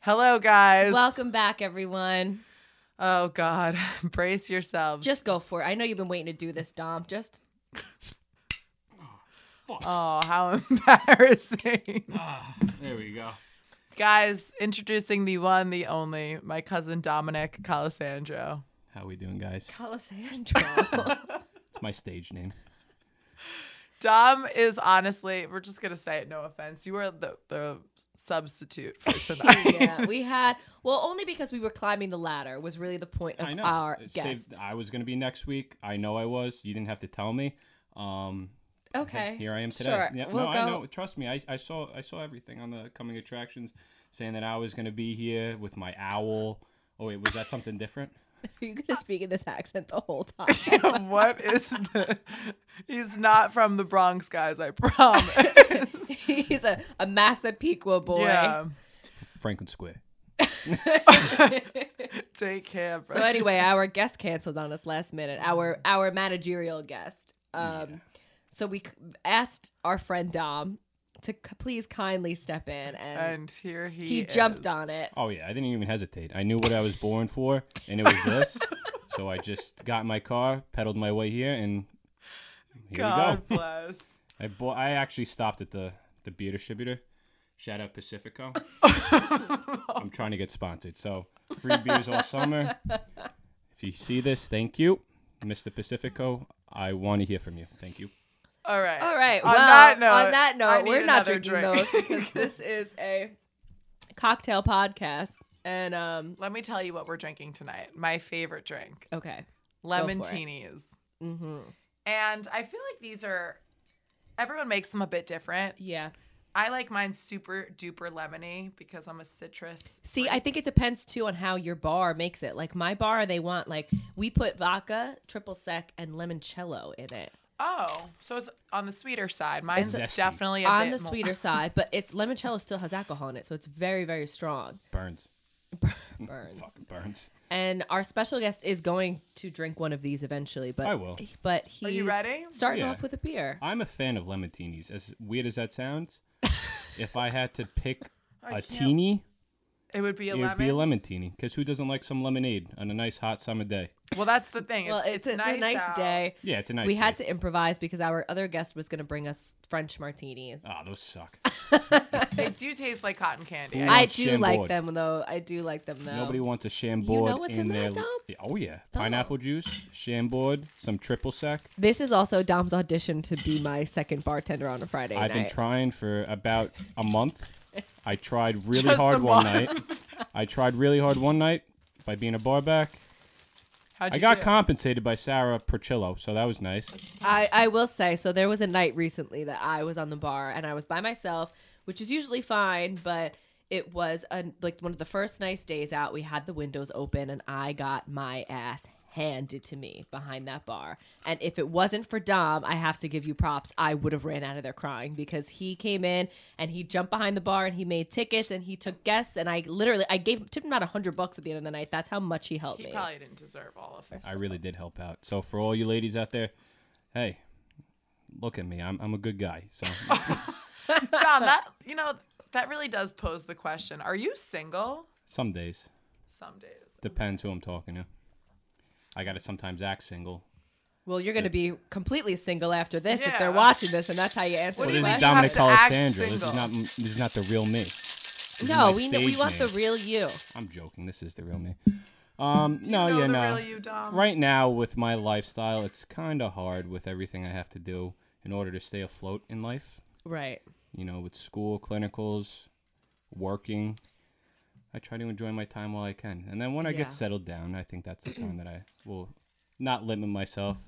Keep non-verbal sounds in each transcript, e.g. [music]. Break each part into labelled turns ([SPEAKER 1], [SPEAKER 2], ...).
[SPEAKER 1] Hello, guys.
[SPEAKER 2] Welcome back, everyone.
[SPEAKER 1] Oh, God. [laughs] Brace yourselves.
[SPEAKER 2] Just go for it. I know you've been waiting to do this, Dom. Just
[SPEAKER 1] Oh, how [laughs] embarrassing.
[SPEAKER 3] There we go.
[SPEAKER 1] guys, introducing the one, the only, my cousin Dominic Colasandro.
[SPEAKER 3] How we doing, guys? [laughs]
[SPEAKER 2] Alessandro.
[SPEAKER 3] It's my stage name.
[SPEAKER 1] Dom is honestly, we're just going to say it, no offense. You are the, the substitute
[SPEAKER 2] [laughs]
[SPEAKER 1] for tonight.
[SPEAKER 2] yeah, we had well only because we were climbing the ladder was really the point of
[SPEAKER 3] [laughs] I know.
[SPEAKER 2] our
[SPEAKER 3] It saved-
[SPEAKER 2] guests.
[SPEAKER 3] I was gonna be next week. I know I was. You didn't have to tell me. Um,
[SPEAKER 2] okay,
[SPEAKER 3] here I am today.
[SPEAKER 2] Sure,
[SPEAKER 3] Yeah,
[SPEAKER 2] we'll
[SPEAKER 3] no,
[SPEAKER 2] go. [laughs]
[SPEAKER 3] I know. Trust me. I, I saw I saw everything on the coming attractions, saying that I was gonna be here with my owl. Oh wait, was that something different?
[SPEAKER 2] Are you gonna speak in this accent the whole
[SPEAKER 1] [laughs]
[SPEAKER 2] time? [laughs]
[SPEAKER 1] what is the. He's not from the Bronx, guys, I [laughs] promise.
[SPEAKER 2] He's a, a Massapequa boy.
[SPEAKER 1] Yeah.
[SPEAKER 3] Franklin Square.
[SPEAKER 1] Take care, bro.
[SPEAKER 2] So anyway, our guest canceled on us last minute. Our our managerial guest. Um, so we c- asked our friend Dom to c- please kindly step in, and,
[SPEAKER 1] And here he
[SPEAKER 2] he jumped
[SPEAKER 1] is.
[SPEAKER 2] on it.
[SPEAKER 3] Oh yeah, I didn't even hesitate. I knew what I was born for, and it
[SPEAKER 2] [laughs]
[SPEAKER 3] was this. so I just got in my car, pedaled my way here, and here we go.
[SPEAKER 1] God bless.
[SPEAKER 3] I bought. I actually stopped at the the beer distributor. Shout
[SPEAKER 1] [laughs]
[SPEAKER 3] out Pacifico. I'm trying to get sponsored, so free beers all summer. If you see this, thank you, Mr. Pacifico. I want to hear from you. Thank you.
[SPEAKER 1] All right.
[SPEAKER 2] All right.
[SPEAKER 1] On
[SPEAKER 2] well,
[SPEAKER 1] that note,
[SPEAKER 2] on that
[SPEAKER 1] I
[SPEAKER 2] note,
[SPEAKER 1] need
[SPEAKER 2] we're not
[SPEAKER 1] another
[SPEAKER 2] drinking
[SPEAKER 1] drink. [laughs]
[SPEAKER 2] those because this is a cocktail podcast. And um,
[SPEAKER 1] Let me tell you what we're drinking tonight. My favorite drink,
[SPEAKER 2] okay,
[SPEAKER 1] lemon
[SPEAKER 2] for it. Mm-hmm.
[SPEAKER 1] teenies. And I feel like these are, everyone makes them a bit different.
[SPEAKER 2] yeah.
[SPEAKER 1] I like mine super duper lemony because I'm a citrus.
[SPEAKER 2] See, I think it depends too on how your bar makes it. Like my bar, they want like we put vodka, triple sec, and limoncello in it
[SPEAKER 1] Oh, so it's on the sweeter side. Mine's
[SPEAKER 3] zesty.
[SPEAKER 1] definitely a
[SPEAKER 2] on
[SPEAKER 1] bit
[SPEAKER 2] the
[SPEAKER 1] more- [laughs]
[SPEAKER 2] sweeter side. But it's limoncello still has alcohol in it, so it's very very strong.
[SPEAKER 3] Burns.
[SPEAKER 2] Burns.
[SPEAKER 3] Burns.
[SPEAKER 2] And our special guest is going to drink one of these eventually. But
[SPEAKER 3] I will.
[SPEAKER 2] But he's
[SPEAKER 1] you ready?
[SPEAKER 2] starting
[SPEAKER 3] Yeah.
[SPEAKER 2] off with a beer.
[SPEAKER 3] I'm a fan of lemontinis. As weird as that sounds, if I had to pick a
[SPEAKER 1] can't-
[SPEAKER 3] teeny,
[SPEAKER 1] It would be a
[SPEAKER 3] it would
[SPEAKER 1] lemon.
[SPEAKER 3] be a lemontini. Because who doesn't like some lemonade on a nice hot summer day?
[SPEAKER 1] well, that's the thing. It's,
[SPEAKER 2] well,
[SPEAKER 1] it's,
[SPEAKER 2] it's, a-
[SPEAKER 1] nice
[SPEAKER 2] it's a nice
[SPEAKER 1] out.
[SPEAKER 2] day.
[SPEAKER 3] Yeah, it's a nice.
[SPEAKER 2] we had
[SPEAKER 3] day.
[SPEAKER 2] to improvise because our other guest was going to bring us French martinis.
[SPEAKER 3] Ah, those suck.
[SPEAKER 1] They do taste like cotton candy.
[SPEAKER 3] Ooh.
[SPEAKER 1] I-
[SPEAKER 2] I
[SPEAKER 3] want
[SPEAKER 2] do
[SPEAKER 3] Chambord.
[SPEAKER 2] like them though. I do like them though.
[SPEAKER 3] Nobody wants a shambord
[SPEAKER 2] what's
[SPEAKER 3] in,
[SPEAKER 2] in
[SPEAKER 3] their.
[SPEAKER 2] that, Dom?
[SPEAKER 3] Yeah, Oh yeah, pineapple juice, shambord, some triple sec.
[SPEAKER 2] This is also Dom's audition to be my second bartender on a Friday
[SPEAKER 3] I've been
[SPEAKER 2] night.
[SPEAKER 3] trying for about a month. I tried really
[SPEAKER 1] Just a
[SPEAKER 3] hard one night. I tried really hard one night by being a barback.
[SPEAKER 1] How'd
[SPEAKER 3] I
[SPEAKER 1] you
[SPEAKER 3] got
[SPEAKER 1] do?
[SPEAKER 3] compensated by Sarah Porchillo, so that was nice.
[SPEAKER 2] I, I will say so. There was a night recently that I was on the bar and I was by myself, which is usually fine, but it was a, like one of the first nice days out. We had the windows open and I got my ass handed to me behind that bar. And if it wasn't for Dom, I have to give you props. I would have ran out of there crying because he came in and he jumped behind the bar and he made tickets and he took guests and I literally I gave tipped him about a hundred bucks at the end of the night. That's how much he helped
[SPEAKER 1] He
[SPEAKER 2] me.
[SPEAKER 1] probably didn't deserve all of it.
[SPEAKER 3] I really did help out. So for all you ladies out there, hey, look at me. I'm I'm a good guy. So
[SPEAKER 1] Dom, that [laughs] you know that really does pose the question: Are you single?
[SPEAKER 3] some days
[SPEAKER 1] Some days.
[SPEAKER 3] depends who I'm talking to. I gotta sometimes act single.
[SPEAKER 2] Well, you're going to be completely single after this if
[SPEAKER 1] Yeah.
[SPEAKER 2] they're watching this, and that's how you answer
[SPEAKER 1] What
[SPEAKER 3] Well,
[SPEAKER 2] the
[SPEAKER 3] this
[SPEAKER 1] Why
[SPEAKER 3] is
[SPEAKER 1] do you have
[SPEAKER 2] question.
[SPEAKER 3] Dominic
[SPEAKER 1] to act
[SPEAKER 3] Alessandro. This is
[SPEAKER 1] single?
[SPEAKER 3] not this is not the real me. This is
[SPEAKER 2] No,
[SPEAKER 3] my
[SPEAKER 2] we know, we
[SPEAKER 3] stage
[SPEAKER 2] want the
[SPEAKER 3] name.
[SPEAKER 2] real you.
[SPEAKER 3] I'm joking. This is the real me. Um, no,
[SPEAKER 1] know
[SPEAKER 3] yeah,
[SPEAKER 1] the
[SPEAKER 3] no.
[SPEAKER 1] real you, Dom?
[SPEAKER 3] Right now, with my lifestyle, it's kind of hard with everything I have to do in order to stay afloat in life.
[SPEAKER 2] Right.
[SPEAKER 3] You know, with school, clinicals, working. I try to enjoy my time while I can, and then when I
[SPEAKER 2] Yeah.
[SPEAKER 3] get settled down, I think that's the time that I will not limit myself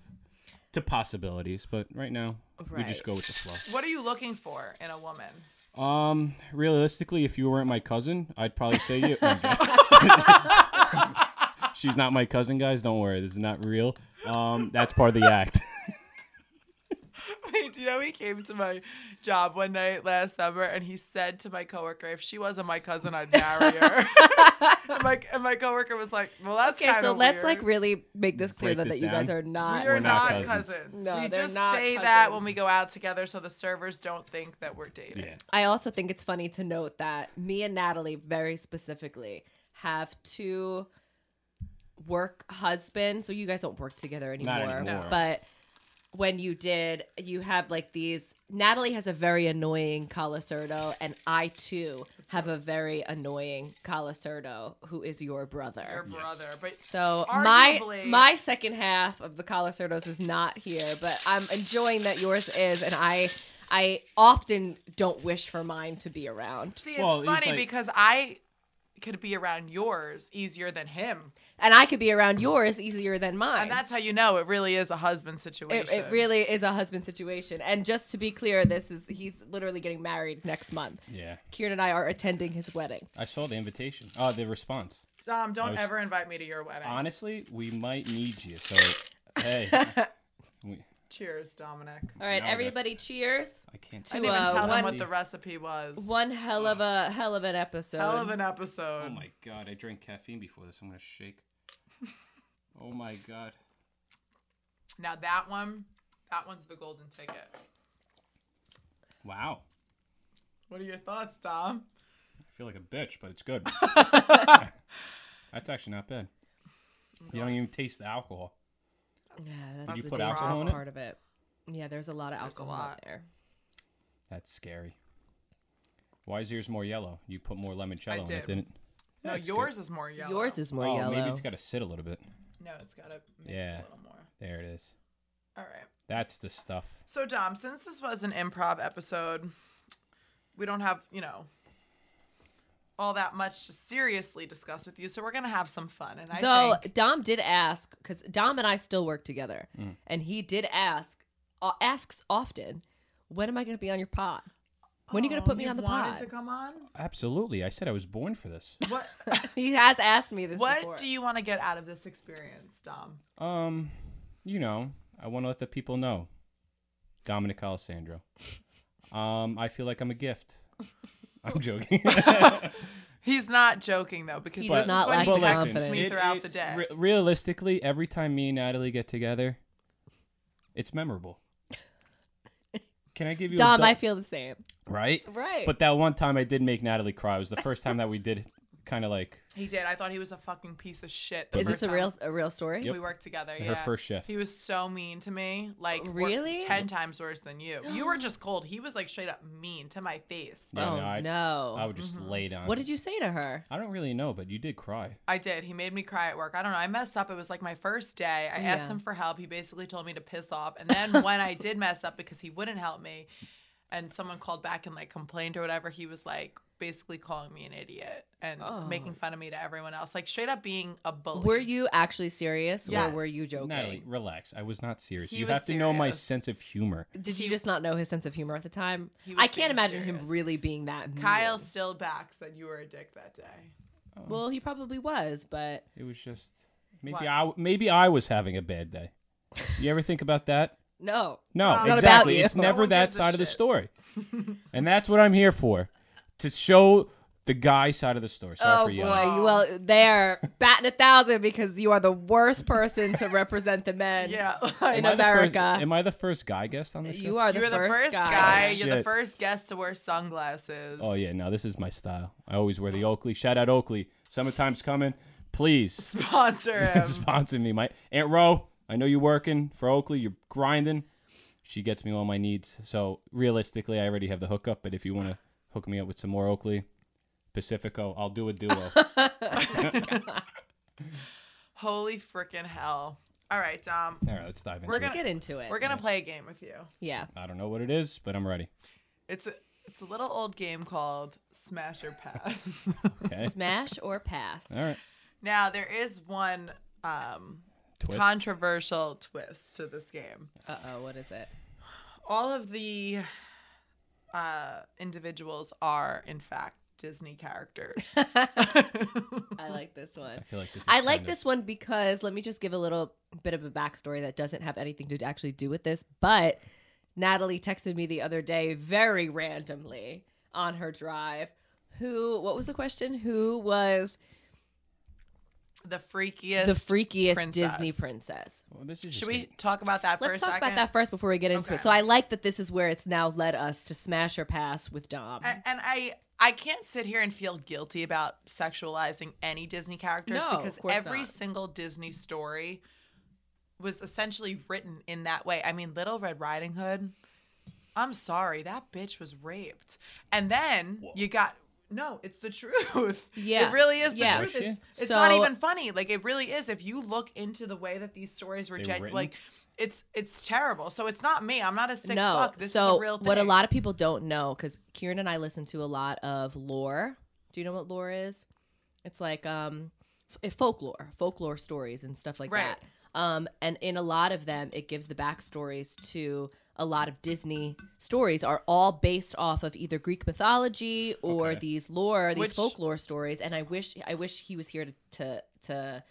[SPEAKER 3] to possibilities. But right now, we just
[SPEAKER 2] Right.
[SPEAKER 3] go with the flow.
[SPEAKER 1] What are you looking for in a woman? [laughs]
[SPEAKER 3] Um, realistically, if you weren't my cousin, I'd probably say you. [laughs] She's not my cousin, guys. Don't worry, this is not real. Um, that's part of the act.
[SPEAKER 1] Wait, Do you know he came to my job one night last summer and he said to my coworker, "If she wasn't my cousin, I'd marry her."
[SPEAKER 2] [laughs]
[SPEAKER 1] and, my, and my coworker was like, "Well, that's
[SPEAKER 2] okay, so
[SPEAKER 1] kinda
[SPEAKER 2] let's
[SPEAKER 1] weird.
[SPEAKER 2] like really make this clear
[SPEAKER 3] Break
[SPEAKER 2] though,
[SPEAKER 3] this
[SPEAKER 2] that you guys
[SPEAKER 3] down.
[SPEAKER 2] are not.
[SPEAKER 1] we are
[SPEAKER 3] We're
[SPEAKER 1] not
[SPEAKER 3] not
[SPEAKER 1] cousins.
[SPEAKER 3] cousins.
[SPEAKER 1] No,
[SPEAKER 2] No,
[SPEAKER 1] we
[SPEAKER 2] they're
[SPEAKER 1] just
[SPEAKER 2] not
[SPEAKER 1] say that
[SPEAKER 2] cousins.
[SPEAKER 1] when we go out together, so the servers don't think that we're dating.
[SPEAKER 3] Yeah.
[SPEAKER 2] I also think it's funny to note that me and Natalie very specifically have two work husbands. So you guys don't work together anymore.
[SPEAKER 3] anymore.
[SPEAKER 2] But when you did, you have like these. Natalie has a very annoying colacerdo, and I too have a very annoying colacerdo, who is your
[SPEAKER 1] Your
[SPEAKER 2] brother.
[SPEAKER 1] brother, but
[SPEAKER 2] So
[SPEAKER 1] Arguably-
[SPEAKER 2] my my second half of the Colacerdos is not here, but I'm enjoying that yours is, and I I often don't wish for mine to be around,
[SPEAKER 1] see, it's
[SPEAKER 3] Well, he's
[SPEAKER 1] funny
[SPEAKER 3] like-
[SPEAKER 1] because I could be around yours easier than him,
[SPEAKER 2] and I could be around yours easier than mine.
[SPEAKER 1] and that's how you know it really is a husband situation.
[SPEAKER 2] it, it really is a husband situation. And just to be clear, this is he's literally getting married next month.
[SPEAKER 3] [laughs] Yeah.
[SPEAKER 2] Kieran and I are attending his wedding.
[SPEAKER 3] I saw the invitation. Oh, the response.
[SPEAKER 1] Dom, don't
[SPEAKER 3] was-
[SPEAKER 1] ever invite me to your wedding.
[SPEAKER 3] Honestly, we might need you. So, hey, we,
[SPEAKER 1] Cheers, Dominic.
[SPEAKER 2] All right,
[SPEAKER 3] Now this-
[SPEAKER 2] everybody, cheers!
[SPEAKER 3] I can't.
[SPEAKER 1] I didn't even
[SPEAKER 2] uh,
[SPEAKER 1] tell them
[SPEAKER 2] one-
[SPEAKER 1] what the recipe was.
[SPEAKER 2] One hell of a hell of an episode.
[SPEAKER 1] hell of an episode.
[SPEAKER 3] Oh my god, I drank caffeine before this. I'm gonna shake. Oh my god.
[SPEAKER 1] Now that one, that one's the golden ticket.
[SPEAKER 3] Wow.
[SPEAKER 1] What are your thoughts, Dom?
[SPEAKER 3] I feel like a bitch, but it's good. That's actually not bad. You don't even taste the alcohol.
[SPEAKER 2] yeah,
[SPEAKER 1] Did
[SPEAKER 2] that's
[SPEAKER 1] you
[SPEAKER 2] the
[SPEAKER 1] put
[SPEAKER 2] dangerous
[SPEAKER 1] alcohol
[SPEAKER 3] in it?
[SPEAKER 2] part of it. Yeah, there's a lot of
[SPEAKER 1] There's a
[SPEAKER 2] alcohol
[SPEAKER 1] lot.
[SPEAKER 2] in there.
[SPEAKER 3] That's scary. Why is yours more yellow? You put more
[SPEAKER 1] I
[SPEAKER 3] limoncello in
[SPEAKER 1] did.
[SPEAKER 3] it, didn't?
[SPEAKER 1] No,
[SPEAKER 3] That's good.
[SPEAKER 1] yours is more yellow.
[SPEAKER 2] Yours is more
[SPEAKER 3] Oh,
[SPEAKER 2] yellow.
[SPEAKER 3] maybe it's got to sit a little bit.
[SPEAKER 1] No, it's got to mix
[SPEAKER 3] Yeah.
[SPEAKER 1] a little more.
[SPEAKER 3] There it is.
[SPEAKER 1] All right.
[SPEAKER 3] That's the stuff.
[SPEAKER 1] So, Dom, since this was an improv episode, we don't have, you know, all that much to seriously discuss with you. So, we're going to have some fun. And I
[SPEAKER 2] Though
[SPEAKER 1] think
[SPEAKER 2] Dom did ask, because Dom and I still work together, and he did ask, uh, asks often, when am I going to be on your pod? When are you going
[SPEAKER 1] Oh,
[SPEAKER 2] to put me
[SPEAKER 1] you
[SPEAKER 2] on the
[SPEAKER 1] wanted
[SPEAKER 2] pod?
[SPEAKER 1] to come
[SPEAKER 2] [laughs]
[SPEAKER 1] on?
[SPEAKER 3] Absolutely. I said I was born for this.
[SPEAKER 1] What, [laughs]
[SPEAKER 2] he has asked me this before.
[SPEAKER 1] what do you want to get out of this experience, Dom?
[SPEAKER 3] Um, you know, I want to let the people know. Dominic Alessandro. Um, I feel like I'm
[SPEAKER 1] [laughs]
[SPEAKER 3] a gift. I'm joking.
[SPEAKER 1] He's not joking though, because
[SPEAKER 2] He
[SPEAKER 1] this
[SPEAKER 2] does
[SPEAKER 1] is
[SPEAKER 2] not
[SPEAKER 1] what
[SPEAKER 2] lack
[SPEAKER 1] he texts
[SPEAKER 2] confidence.
[SPEAKER 1] me
[SPEAKER 3] it-
[SPEAKER 1] throughout
[SPEAKER 3] it-
[SPEAKER 1] the day.
[SPEAKER 3] re- realistically, every time me and Natalie get together, it's memorable. Can I give you
[SPEAKER 2] Dom,
[SPEAKER 3] a
[SPEAKER 2] I feel the same.
[SPEAKER 3] right?
[SPEAKER 2] Right.
[SPEAKER 3] But that one time I did make Natalie cry. It was the first time that we did kind
[SPEAKER 2] [laughs]
[SPEAKER 3] of like
[SPEAKER 1] he did. I thought he was a fucking piece of shit. The
[SPEAKER 2] Is
[SPEAKER 1] first
[SPEAKER 2] this a
[SPEAKER 1] time
[SPEAKER 2] real a real story?
[SPEAKER 1] We worked together.
[SPEAKER 3] her
[SPEAKER 1] yeah.
[SPEAKER 3] first shift.
[SPEAKER 1] He was so mean to me. Like wor-
[SPEAKER 2] Really?
[SPEAKER 1] ten times worse than you. You
[SPEAKER 2] [gasps]
[SPEAKER 1] were just cold. He was like straight up mean to my face.
[SPEAKER 3] Yeah,
[SPEAKER 2] oh,
[SPEAKER 3] no, I,
[SPEAKER 2] no. Mm-hmm.
[SPEAKER 3] I would just lay down.
[SPEAKER 2] what did you say to her?
[SPEAKER 3] I don't really know, but you did cry.
[SPEAKER 1] I did. He made me cry at work. I don't know. I messed up. It was like my first day. I asked
[SPEAKER 2] Yeah.
[SPEAKER 1] him for help. He basically told me to piss off. And
[SPEAKER 2] [laughs]
[SPEAKER 1] then when I did mess up because he wouldn't help me, and someone called back and like complained or whatever, he was like basically calling me an idiot and
[SPEAKER 2] Oh.
[SPEAKER 1] making fun of me to everyone else, like straight up being a bully.
[SPEAKER 2] Were you actually serious
[SPEAKER 1] Yes.
[SPEAKER 2] or were you joking?
[SPEAKER 3] Natalie, relax. I was not serious.
[SPEAKER 1] He
[SPEAKER 3] you
[SPEAKER 1] was
[SPEAKER 3] have to know my
[SPEAKER 1] serious.
[SPEAKER 3] sense of humor.
[SPEAKER 2] Did you
[SPEAKER 1] He-
[SPEAKER 2] just not know his sense of humor at the time?
[SPEAKER 1] He was
[SPEAKER 2] I can't
[SPEAKER 1] being
[SPEAKER 2] imagine
[SPEAKER 1] serious.
[SPEAKER 2] him really being that. mean.
[SPEAKER 1] Kyle still backs that you were a dick that day.
[SPEAKER 2] Well, he probably was, but
[SPEAKER 3] It was just maybe
[SPEAKER 1] What?
[SPEAKER 3] I maybe I was having a bad day. You ever think about that?
[SPEAKER 2] [laughs] no.
[SPEAKER 3] No,
[SPEAKER 1] It's
[SPEAKER 3] exactly.
[SPEAKER 2] not about you.
[SPEAKER 3] It's
[SPEAKER 2] No
[SPEAKER 3] never
[SPEAKER 1] one
[SPEAKER 3] that
[SPEAKER 1] gives a
[SPEAKER 3] side of the
[SPEAKER 1] shit.
[SPEAKER 2] [laughs]
[SPEAKER 3] story. and that's what I'm here for. To show the guy side of the story. Sorry
[SPEAKER 2] Oh
[SPEAKER 3] for
[SPEAKER 2] boy,
[SPEAKER 3] you.
[SPEAKER 2] you well they're batting a thousand because you are the worst person to represent the men.
[SPEAKER 1] Yeah. [laughs]
[SPEAKER 2] In
[SPEAKER 3] Am I the first-
[SPEAKER 2] America.
[SPEAKER 3] am I the first guy guest on the show?
[SPEAKER 2] You are the,
[SPEAKER 1] you were
[SPEAKER 2] first, guy.
[SPEAKER 1] guy.
[SPEAKER 3] Oh,
[SPEAKER 1] You're the
[SPEAKER 3] shit.
[SPEAKER 1] first guest to wear sunglasses.
[SPEAKER 3] Oh yeah, no, this is my style. I always wear the Oakley. Shout out Oakley. Summertime's coming.
[SPEAKER 1] [laughs]
[SPEAKER 3] Please [laughs]
[SPEAKER 1] Sponsor him.
[SPEAKER 3] sponsor me, my Aunt Ro. I know you're working for Oakley. You're grinding. She gets me all my needs. So realistically, I already have the hookup. But if you want to hook me up with some more Oakley, Pacifico, I'll do
[SPEAKER 2] [laughs]
[SPEAKER 3] a duo.
[SPEAKER 1] Holy freaking hell. All right, Dom.
[SPEAKER 3] All right, let's dive into
[SPEAKER 1] We're
[SPEAKER 3] it.
[SPEAKER 2] Let's get into it.
[SPEAKER 1] We're going to play a game with you.
[SPEAKER 2] yeah.
[SPEAKER 3] I don't know what it is, but I'm ready.
[SPEAKER 1] It's a, it's a little old game called Smash or Pass. [laughs]
[SPEAKER 3] Okay.
[SPEAKER 2] Smash or pass.
[SPEAKER 3] All right.
[SPEAKER 1] now, there is one um,
[SPEAKER 3] Twist.
[SPEAKER 1] controversial twist to this game.
[SPEAKER 2] Uh oh, what is it?
[SPEAKER 1] All of the uh, individuals are, in fact, Disney [laughs] characters.
[SPEAKER 2] I like this one.
[SPEAKER 3] I feel like this. Is
[SPEAKER 2] I like
[SPEAKER 3] kind of-
[SPEAKER 2] this one because let me just give a little bit of a backstory that doesn't have anything to actually do with this, but Natalie texted me the other day very randomly on her drive. Who, what was the question? Who was
[SPEAKER 1] The freakiest.
[SPEAKER 2] the freakiest
[SPEAKER 1] princess.
[SPEAKER 2] Disney princess?
[SPEAKER 3] Well, Oh, this is
[SPEAKER 1] Should
[SPEAKER 3] just
[SPEAKER 1] we talk about that for a
[SPEAKER 2] Let's talk
[SPEAKER 1] second?
[SPEAKER 2] about that first before we get into
[SPEAKER 1] Okay.
[SPEAKER 2] it. So I like that this is where it's now led us to smash or pass with Dom.
[SPEAKER 1] A- and I I can't sit here and feel guilty about sexualizing any Disney characters
[SPEAKER 2] No, of
[SPEAKER 1] because
[SPEAKER 2] course
[SPEAKER 1] every
[SPEAKER 2] not.
[SPEAKER 1] single Disney story was essentially written in that way. I mean, Little Red Riding Hood, I'm sorry, that bitch was raped. And then you got no, it's the [laughs] truth.
[SPEAKER 2] Yeah.
[SPEAKER 1] It really is the
[SPEAKER 2] Yeah.
[SPEAKER 1] truth.
[SPEAKER 3] Was she?
[SPEAKER 1] It's, it's not
[SPEAKER 2] So-
[SPEAKER 1] even funny. Like it really is. If you look into the way that these stories were,
[SPEAKER 3] They were
[SPEAKER 1] gen-
[SPEAKER 3] written?
[SPEAKER 1] like it's it's terrible. So it's not me. I'm not a sick
[SPEAKER 2] no,
[SPEAKER 1] fuck. This
[SPEAKER 2] so
[SPEAKER 1] is a real thing.
[SPEAKER 2] what a lot of people don't know because Kieran and I listen to a lot of lore. Do you know what lore is? It's like um, f- folklore, folklore stories and stuff like
[SPEAKER 1] Right.
[SPEAKER 2] that. Um, and in a lot of them, it gives the backstories to a lot of Disney stories are all based off of either Greek mythology or
[SPEAKER 3] Okay.
[SPEAKER 2] these lore, these
[SPEAKER 1] Which-
[SPEAKER 2] folklore stories. And I wish, I wish he was here to to, to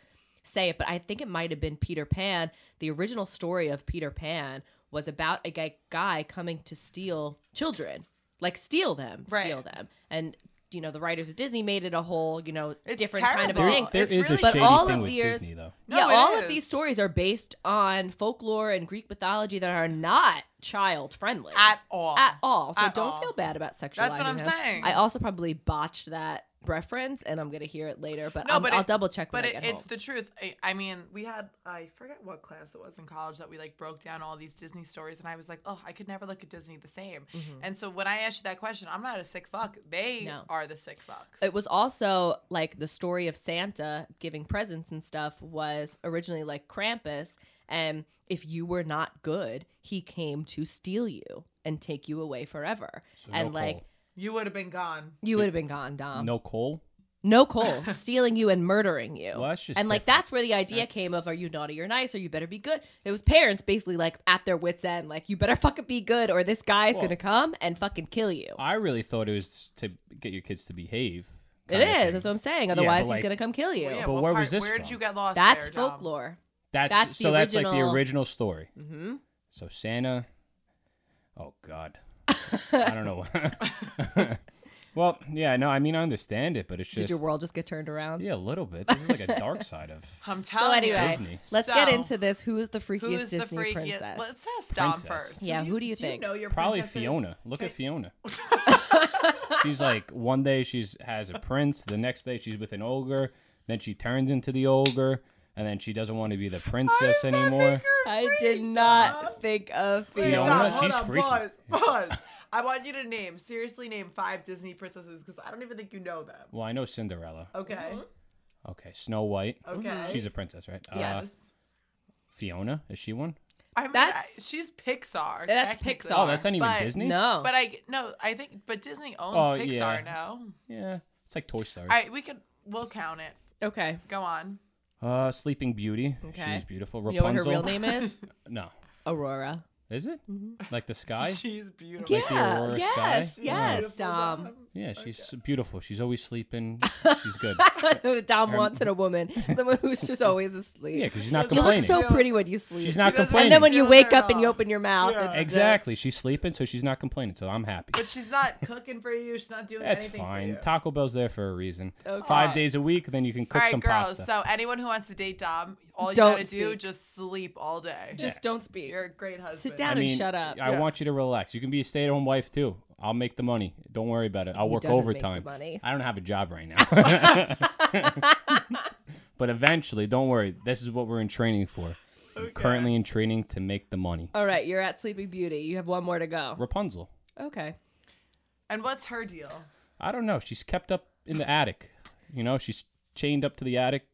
[SPEAKER 2] say it, but I think it might have been Peter Pan. The original story of Peter Pan was about a guy, guy coming to steal children, like steal them,
[SPEAKER 1] Right.
[SPEAKER 2] steal them, and you know the writers of Disney made it a whole you know
[SPEAKER 1] It's
[SPEAKER 2] different kind of
[SPEAKER 1] terrible.
[SPEAKER 2] thing.
[SPEAKER 3] There
[SPEAKER 1] It's
[SPEAKER 3] is
[SPEAKER 1] really-
[SPEAKER 3] a
[SPEAKER 2] but
[SPEAKER 3] shady
[SPEAKER 2] all
[SPEAKER 3] thing
[SPEAKER 2] of
[SPEAKER 3] with
[SPEAKER 2] these-
[SPEAKER 3] Disney though.
[SPEAKER 1] No,
[SPEAKER 2] yeah,
[SPEAKER 1] it
[SPEAKER 2] all
[SPEAKER 1] is.
[SPEAKER 2] of these stories are based on folklore and Greek mythology that are not child friendly
[SPEAKER 1] at all.
[SPEAKER 2] at all. So
[SPEAKER 1] At
[SPEAKER 2] don't
[SPEAKER 1] all.
[SPEAKER 2] feel bad about sexualizing.
[SPEAKER 1] That's what I'm
[SPEAKER 2] him.
[SPEAKER 1] saying.
[SPEAKER 2] I also probably botched that reference, and I'm gonna hear it later. But,
[SPEAKER 1] No,
[SPEAKER 2] I'm-
[SPEAKER 1] but
[SPEAKER 2] I'll
[SPEAKER 1] it-
[SPEAKER 2] double check.
[SPEAKER 1] But
[SPEAKER 2] when
[SPEAKER 1] it,
[SPEAKER 2] I get
[SPEAKER 1] it's
[SPEAKER 2] home.
[SPEAKER 1] the truth. I, I mean, we had I forget what class it was in college that we like broke down all these Disney stories, and I was like, oh, I could never look at Disney the same. And so when I asked you that question, I'm not a sick fuck. They
[SPEAKER 2] Mm-hmm. No.
[SPEAKER 1] are the sick fucks.
[SPEAKER 2] It was also like the story of Santa giving presents and stuff was originally like Krampus. And if you were not good, he came to steal you and take you away forever.
[SPEAKER 3] So no
[SPEAKER 2] and like,
[SPEAKER 3] coal.
[SPEAKER 1] you would have been gone.
[SPEAKER 2] you would have been gone, Dom.
[SPEAKER 3] no coal.
[SPEAKER 2] No coal,
[SPEAKER 3] [laughs]
[SPEAKER 2] stealing you and murdering you.
[SPEAKER 3] Well, that's just
[SPEAKER 2] and like
[SPEAKER 3] different.
[SPEAKER 2] that's where the idea came of are you naughty or nice or you better be good. It was parents basically like at their wits end, like you better fucking be good or this guy is
[SPEAKER 3] Well-
[SPEAKER 2] gonna come and fucking kill you.
[SPEAKER 3] I really thought it was to get your kids to behave.
[SPEAKER 2] It
[SPEAKER 3] kind of
[SPEAKER 2] is.
[SPEAKER 3] thing.
[SPEAKER 2] That's what I'm saying. Otherwise, he's
[SPEAKER 3] like-
[SPEAKER 2] gonna come kill you.
[SPEAKER 1] Yeah,
[SPEAKER 3] But
[SPEAKER 1] what
[SPEAKER 3] where was this
[SPEAKER 1] Where did
[SPEAKER 3] from?
[SPEAKER 1] you get lost?
[SPEAKER 2] That's
[SPEAKER 1] there, Dom?
[SPEAKER 2] folklore.
[SPEAKER 3] That's,
[SPEAKER 2] That's the
[SPEAKER 3] so. That's like the
[SPEAKER 2] original-
[SPEAKER 3] original story. Mm-hmm. So Santa. Oh
[SPEAKER 2] [laughs]
[SPEAKER 3] God, I don't know. [laughs] well, yeah, no, I mean I understand it, but it's just
[SPEAKER 2] Did your world just get turned around?
[SPEAKER 3] yeah, a little bit. This is like a
[SPEAKER 2] [laughs]
[SPEAKER 3] dark side of
[SPEAKER 1] I'm
[SPEAKER 2] So
[SPEAKER 1] telling
[SPEAKER 2] anyway,
[SPEAKER 1] you.
[SPEAKER 3] Disney.
[SPEAKER 2] let's get
[SPEAKER 1] So,
[SPEAKER 2] into this. Who is the freakiest
[SPEAKER 1] Who's the
[SPEAKER 2] Disney
[SPEAKER 1] freakiest?
[SPEAKER 2] princess?
[SPEAKER 1] Let's ask Dom
[SPEAKER 3] Princess.
[SPEAKER 1] first.
[SPEAKER 2] Yeah, who do you think?
[SPEAKER 1] know your
[SPEAKER 3] probably
[SPEAKER 1] princesses?
[SPEAKER 3] Fiona. Look
[SPEAKER 2] [laughs]
[SPEAKER 3] at Fiona. she's like one day she's has a prince, the next day she's with an ogre, then she turns into the ogre, and then she doesn't want to be the princess anymore.
[SPEAKER 2] I did not think of
[SPEAKER 1] Wait,
[SPEAKER 2] Fiona.
[SPEAKER 3] Fiona,
[SPEAKER 1] Dom, hold
[SPEAKER 3] she's
[SPEAKER 1] on,
[SPEAKER 3] [laughs] freaky.
[SPEAKER 1] Pause, pause. I want you to name, seriously name five Disney princesses because I don't even think you know them.
[SPEAKER 3] Well, I know Cinderella.
[SPEAKER 1] Okay.
[SPEAKER 2] Mm-hmm,
[SPEAKER 3] Okay, Snow White.
[SPEAKER 1] Okay.
[SPEAKER 3] She's a princess, right? Uh,
[SPEAKER 2] Yes.
[SPEAKER 3] Fiona is she one?
[SPEAKER 1] I mean,
[SPEAKER 2] That's-
[SPEAKER 1] I- she's Pixar.
[SPEAKER 2] That's
[SPEAKER 1] technically.
[SPEAKER 2] Pixar. Oh.
[SPEAKER 3] Oh, that's not even
[SPEAKER 1] But-
[SPEAKER 3] Disney.
[SPEAKER 2] No.
[SPEAKER 1] But I no, I think but Disney owns
[SPEAKER 3] Oh,
[SPEAKER 1] Pixar
[SPEAKER 3] yeah.
[SPEAKER 1] now.
[SPEAKER 3] Yeah, it's like Toy Story.
[SPEAKER 1] All right, we could we'll count it.
[SPEAKER 2] okay.
[SPEAKER 1] Go on.
[SPEAKER 3] Uh, Sleeping Beauty.
[SPEAKER 2] Okay.
[SPEAKER 3] She's beautiful.
[SPEAKER 2] You know
[SPEAKER 3] Rapunzel.
[SPEAKER 2] what her real name
[SPEAKER 3] [laughs]
[SPEAKER 2] Mm-hmm. is?
[SPEAKER 3] No,
[SPEAKER 2] Aurora.
[SPEAKER 3] is it? Like the sky?
[SPEAKER 1] She's beautiful.
[SPEAKER 2] Yeah.
[SPEAKER 3] Like the Aurora
[SPEAKER 2] yes.
[SPEAKER 3] sky? Oh,
[SPEAKER 2] Yes.
[SPEAKER 1] Beautiful
[SPEAKER 2] Dom.
[SPEAKER 1] dog.
[SPEAKER 3] Yeah, she's beautiful. She's
[SPEAKER 2] [laughs]
[SPEAKER 3] always sleeping. She's good.
[SPEAKER 2] Dom wants in a
[SPEAKER 3] [laughs]
[SPEAKER 2] woman, someone who's just always asleep.
[SPEAKER 3] Yeah, because she's not
[SPEAKER 2] you
[SPEAKER 3] complaining.
[SPEAKER 2] look so pretty when you sleep.
[SPEAKER 3] she's not
[SPEAKER 1] doesn't-
[SPEAKER 3] complaining.
[SPEAKER 2] and then when you
[SPEAKER 1] Feeling
[SPEAKER 2] wake
[SPEAKER 1] it
[SPEAKER 2] up and you
[SPEAKER 1] all.
[SPEAKER 2] open your mouth,
[SPEAKER 1] Yeah.
[SPEAKER 2] it's just-
[SPEAKER 3] exactly, she's sleeping, so she's not complaining. So I'm happy.
[SPEAKER 1] But she's not cooking for you. She's not doing
[SPEAKER 3] That's
[SPEAKER 1] anything
[SPEAKER 3] fine.
[SPEAKER 1] for you.
[SPEAKER 3] Taco Bell's there for a reason.
[SPEAKER 2] Okay.
[SPEAKER 3] Five days a week, then you can
[SPEAKER 1] all
[SPEAKER 3] cook
[SPEAKER 1] right,
[SPEAKER 3] some
[SPEAKER 1] girls.
[SPEAKER 3] pasta.
[SPEAKER 1] So anyone who wants to date Dom, all you
[SPEAKER 2] Don't
[SPEAKER 1] gotta do
[SPEAKER 2] speak.
[SPEAKER 1] just sleep all day.
[SPEAKER 2] Just don't speak.
[SPEAKER 1] You're a great husband.
[SPEAKER 3] I
[SPEAKER 2] down. Adam,
[SPEAKER 3] mean,
[SPEAKER 2] shut up.
[SPEAKER 3] I
[SPEAKER 1] Yeah.
[SPEAKER 3] want you to relax. You can be a stay-at-home wife too. I'll make the money. Don't worry about it. I'll work
[SPEAKER 2] doesn't make the
[SPEAKER 3] overtime.
[SPEAKER 2] money.
[SPEAKER 3] I don't have a job right
[SPEAKER 2] [laughs]
[SPEAKER 3] now. [laughs] but eventually, don't worry. This is what we're in training for. I'm currently in training to make the money.
[SPEAKER 2] All right, you're at Sleeping Beauty. You have one more to go.
[SPEAKER 3] Rapunzel.
[SPEAKER 2] Okay.
[SPEAKER 1] And what's her deal?
[SPEAKER 3] I don't know. She's kept up in the attic. You know, she's chained up to the attic.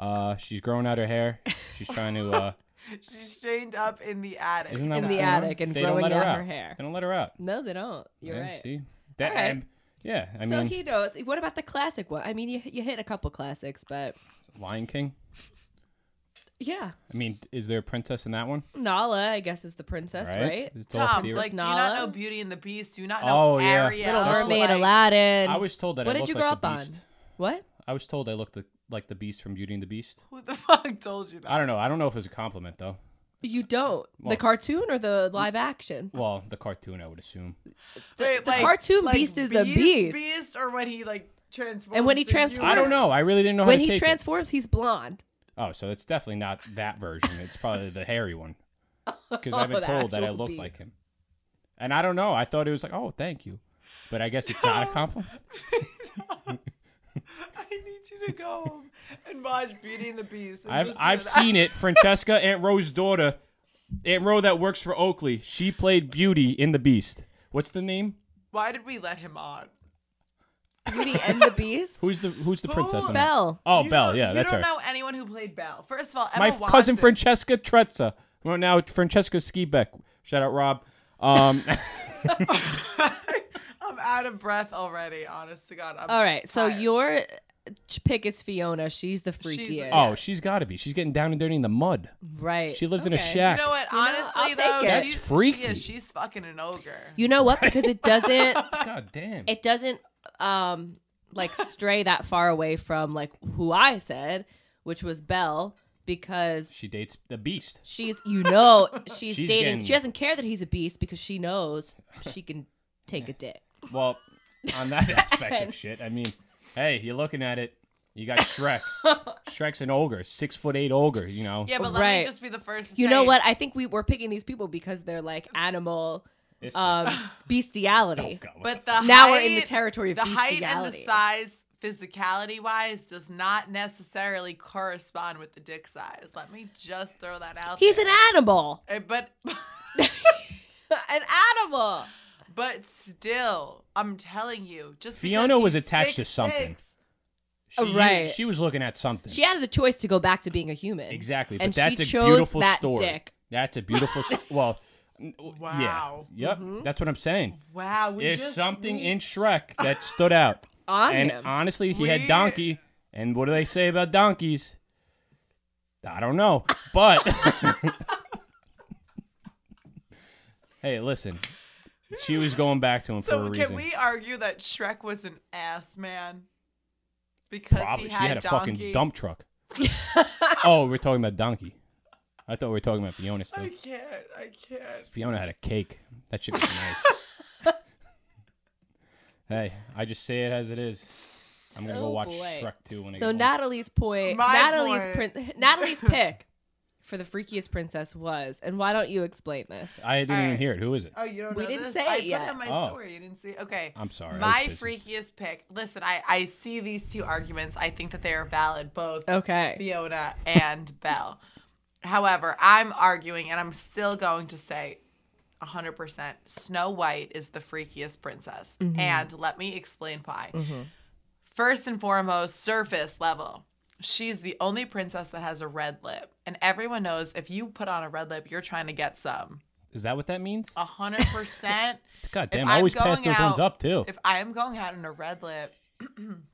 [SPEAKER 3] Uh, she's growing out her hair. She's trying
[SPEAKER 2] [laughs]
[SPEAKER 3] to. Uh,
[SPEAKER 1] She's chained up in the attic.
[SPEAKER 3] isn't that
[SPEAKER 2] In
[SPEAKER 3] what's
[SPEAKER 2] the
[SPEAKER 3] going on?
[SPEAKER 2] attic and
[SPEAKER 3] They don't
[SPEAKER 2] growing
[SPEAKER 3] let
[SPEAKER 2] out
[SPEAKER 3] out
[SPEAKER 2] her hair.
[SPEAKER 3] They don't let her out.
[SPEAKER 2] No, they don't. You're
[SPEAKER 3] Yeah,
[SPEAKER 2] right.
[SPEAKER 3] See, that.
[SPEAKER 2] All right.
[SPEAKER 3] I'm- yeah, I
[SPEAKER 2] so
[SPEAKER 3] mean,
[SPEAKER 2] he knows. What about the classic one? I mean, you, you hit a couple classics, but
[SPEAKER 3] Lion King.
[SPEAKER 2] yeah,
[SPEAKER 3] I mean, is there a princess in that one?
[SPEAKER 2] Nala, I guess, is the princess, right?
[SPEAKER 3] It's all
[SPEAKER 1] Tom,
[SPEAKER 3] theory.
[SPEAKER 1] like, do you
[SPEAKER 2] Nala?
[SPEAKER 1] not know Beauty and the Beast? Do you not know
[SPEAKER 3] Oh, yeah.
[SPEAKER 1] Ariel?
[SPEAKER 2] Little Mermaid,
[SPEAKER 1] Like,
[SPEAKER 2] Aladdin.
[SPEAKER 3] I was told that.
[SPEAKER 2] what did
[SPEAKER 3] I looked
[SPEAKER 2] you grow
[SPEAKER 3] like
[SPEAKER 2] up
[SPEAKER 3] the
[SPEAKER 2] on?
[SPEAKER 3] beast.
[SPEAKER 2] What?
[SPEAKER 3] I was told I looked the, like the Beast from Beauty and the Beast.
[SPEAKER 1] Who the fuck told you that?
[SPEAKER 3] I don't know. I don't know if it's a compliment though.
[SPEAKER 2] You don't. the cartoon or the live action?
[SPEAKER 3] Well, the cartoon, I would assume.
[SPEAKER 2] The,
[SPEAKER 1] Wait,
[SPEAKER 2] the
[SPEAKER 1] like-
[SPEAKER 2] cartoon
[SPEAKER 1] like
[SPEAKER 2] beast is a beast.
[SPEAKER 1] Beast, or when he like transforms.
[SPEAKER 2] And when he
[SPEAKER 1] into humans?
[SPEAKER 2] transforms-
[SPEAKER 3] I don't know. I really didn't know
[SPEAKER 2] When
[SPEAKER 3] how to
[SPEAKER 2] he
[SPEAKER 3] take it.
[SPEAKER 2] transforms, he's blonde.
[SPEAKER 3] Oh, so it's definitely not that version. It's probably the
[SPEAKER 2] [laughs]
[SPEAKER 3] hairy one. Because I've been
[SPEAKER 2] The
[SPEAKER 3] told that I
[SPEAKER 2] actual
[SPEAKER 3] look
[SPEAKER 2] bee.
[SPEAKER 3] like him. And I don't know. I thought it was like, oh, thank you. But I guess it's
[SPEAKER 2] [laughs]
[SPEAKER 3] not a compliment.
[SPEAKER 1] [laughs] I need you to go home and watch Beauty and the Beast. and
[SPEAKER 3] I've
[SPEAKER 1] just
[SPEAKER 3] I've
[SPEAKER 1] say that.
[SPEAKER 3] seen it. Francesca, [laughs] Aunt Rose's daughter, Aunt Ro that works for Oakley. She played Beauty in the Beast. What's the name?
[SPEAKER 1] Why did we let him on?
[SPEAKER 2] Beauty and the
[SPEAKER 3] [laughs]
[SPEAKER 2] Beast.
[SPEAKER 3] Who's the Who's the princess? in that?
[SPEAKER 2] Belle.
[SPEAKER 3] Oh,
[SPEAKER 1] You
[SPEAKER 3] Belle.
[SPEAKER 1] don't-
[SPEAKER 3] Yeah,
[SPEAKER 1] you
[SPEAKER 3] that's
[SPEAKER 1] don't
[SPEAKER 3] her.
[SPEAKER 1] know anyone who played Belle. First of all, Emma
[SPEAKER 3] My f- cousin
[SPEAKER 1] Watson-
[SPEAKER 3] Francesca Trezza. Well, now Francesca Skibek. Shout out Rob. Um,
[SPEAKER 1] I'm out of breath already. Honest to God. I'm
[SPEAKER 2] All right, so
[SPEAKER 1] tired.
[SPEAKER 2] your pick is Fiona. She's the freakiest.
[SPEAKER 3] oh, she's got to be. She's getting down and dirty in the mud.
[SPEAKER 2] right.
[SPEAKER 3] She lived in a
[SPEAKER 2] Okay.
[SPEAKER 1] You
[SPEAKER 3] shack.
[SPEAKER 1] know what?
[SPEAKER 2] You know, I'll
[SPEAKER 1] Honestly,
[SPEAKER 2] take
[SPEAKER 1] though,
[SPEAKER 2] it.
[SPEAKER 3] That's
[SPEAKER 1] she's,
[SPEAKER 3] freaky.
[SPEAKER 1] She is, she's fucking an ogre.
[SPEAKER 2] You know what? Because it
[SPEAKER 3] [laughs]
[SPEAKER 2] doesn't.
[SPEAKER 3] God damn.
[SPEAKER 2] it doesn't um like stray that far away from like who I said, which was Belle, because
[SPEAKER 3] she dates the beast.
[SPEAKER 2] she's you
[SPEAKER 3] [laughs]
[SPEAKER 2] know she's,
[SPEAKER 3] She's
[SPEAKER 2] dating.
[SPEAKER 3] getting-
[SPEAKER 2] She doesn't care that he's a beast because she knows she can take a dick.
[SPEAKER 3] Well,
[SPEAKER 2] [laughs]
[SPEAKER 3] on that aspect of shit, I mean, hey, you're looking at it. You
[SPEAKER 2] [laughs]
[SPEAKER 3] got Shrek. Shrek's an ogre, six foot eight ogre. You know,
[SPEAKER 1] yeah, but let
[SPEAKER 2] Right.
[SPEAKER 1] me just be the first. To
[SPEAKER 2] You
[SPEAKER 1] say
[SPEAKER 2] know what? I think we were picking these people because they're like animal
[SPEAKER 3] It's-
[SPEAKER 2] um bestiality.
[SPEAKER 3] Oh, God, what
[SPEAKER 1] But the
[SPEAKER 2] Now
[SPEAKER 1] height,
[SPEAKER 2] we're in the territory of
[SPEAKER 1] the height and the
[SPEAKER 2] bestiality.
[SPEAKER 1] size, physicality wise, does not necessarily correspond with the dick size. Let me just throw that out.
[SPEAKER 2] He's an
[SPEAKER 1] there.
[SPEAKER 2] animal.
[SPEAKER 1] Eh, but
[SPEAKER 2] an animal.
[SPEAKER 1] but still, I'm telling you, just
[SPEAKER 3] Fiona
[SPEAKER 1] because
[SPEAKER 3] was
[SPEAKER 1] he's
[SPEAKER 3] attached to
[SPEAKER 1] 6'6"
[SPEAKER 3] something. She,
[SPEAKER 2] Oh, right.
[SPEAKER 3] She was looking at something.
[SPEAKER 2] She had the choice to go back to being a human.
[SPEAKER 3] exactly.
[SPEAKER 2] And
[SPEAKER 3] but that's
[SPEAKER 2] she
[SPEAKER 3] a
[SPEAKER 2] chose
[SPEAKER 3] beautiful
[SPEAKER 2] that
[SPEAKER 3] story.
[SPEAKER 2] dick.
[SPEAKER 3] That's a beautiful. s- well, n- w-
[SPEAKER 1] [laughs] Wow. Mm-hmm.
[SPEAKER 3] Yeah. Yep. That's what I'm saying.
[SPEAKER 1] Wow, we
[SPEAKER 3] There's
[SPEAKER 1] just-
[SPEAKER 3] something
[SPEAKER 1] we-
[SPEAKER 3] in Shrek that
[SPEAKER 1] [laughs]
[SPEAKER 3] stood out.
[SPEAKER 2] On
[SPEAKER 3] and
[SPEAKER 2] him.
[SPEAKER 3] honestly, he had
[SPEAKER 1] We-
[SPEAKER 3] donkey. And what do they say about donkeys? I don't know, but [laughs] hey, listen, she was going back to him for a
[SPEAKER 1] So
[SPEAKER 3] reason.
[SPEAKER 1] can we argue that Shrek was an ass man? Because
[SPEAKER 3] Probably
[SPEAKER 1] he
[SPEAKER 3] she had a
[SPEAKER 1] donkey.
[SPEAKER 3] fucking
[SPEAKER 1] [laughs]
[SPEAKER 3] dump truck. oh, we're talking about donkey. I thought we were talking about Fiona. Still.
[SPEAKER 1] I can't. I can't.
[SPEAKER 3] Fiona had a cake.
[SPEAKER 2] [laughs]
[SPEAKER 3] That shit was nice. hey, I just say it as it is. I'm gonna go
[SPEAKER 2] Oh,
[SPEAKER 3] watch
[SPEAKER 2] boy.
[SPEAKER 3] Shrek 2 when I
[SPEAKER 2] So
[SPEAKER 3] get home.
[SPEAKER 2] Natalie's point,
[SPEAKER 1] My
[SPEAKER 2] Natalie's
[SPEAKER 1] point.
[SPEAKER 2] prin- [laughs] Natalie's pick for the freakiest princess was, and why don't you explain this?
[SPEAKER 3] I didn't even
[SPEAKER 1] Alright.
[SPEAKER 3] hear it. Who is it?
[SPEAKER 1] Oh, you don't
[SPEAKER 2] We
[SPEAKER 1] know
[SPEAKER 2] didn't
[SPEAKER 1] this?
[SPEAKER 2] say it
[SPEAKER 1] I put
[SPEAKER 2] yet.
[SPEAKER 1] it on my
[SPEAKER 3] Oh.
[SPEAKER 1] story. You didn't see. Okay.
[SPEAKER 3] I'm sorry, I
[SPEAKER 1] My
[SPEAKER 3] was busy.
[SPEAKER 1] freakiest pick. Listen, I I see these two arguments. I think that they are valid both.
[SPEAKER 2] Okay.
[SPEAKER 1] Fiona and Belle. However, I'm arguing and I'm still going to say 100% Snow White is the freakiest princess.
[SPEAKER 2] Mm-hmm.
[SPEAKER 1] And let me explain why. First and foremost, surface level. She's the only princess that has a red lip. And everyone knows if you put on a red lip, you're trying to get some.
[SPEAKER 3] Is that what that means?
[SPEAKER 2] Uh, [laughs]
[SPEAKER 1] 100%.
[SPEAKER 3] God
[SPEAKER 1] If
[SPEAKER 3] damn, I
[SPEAKER 1] I'm
[SPEAKER 3] always pass
[SPEAKER 1] going
[SPEAKER 3] those
[SPEAKER 1] out-
[SPEAKER 3] ones up too.
[SPEAKER 1] if I am going out in a red lip, [clears throat]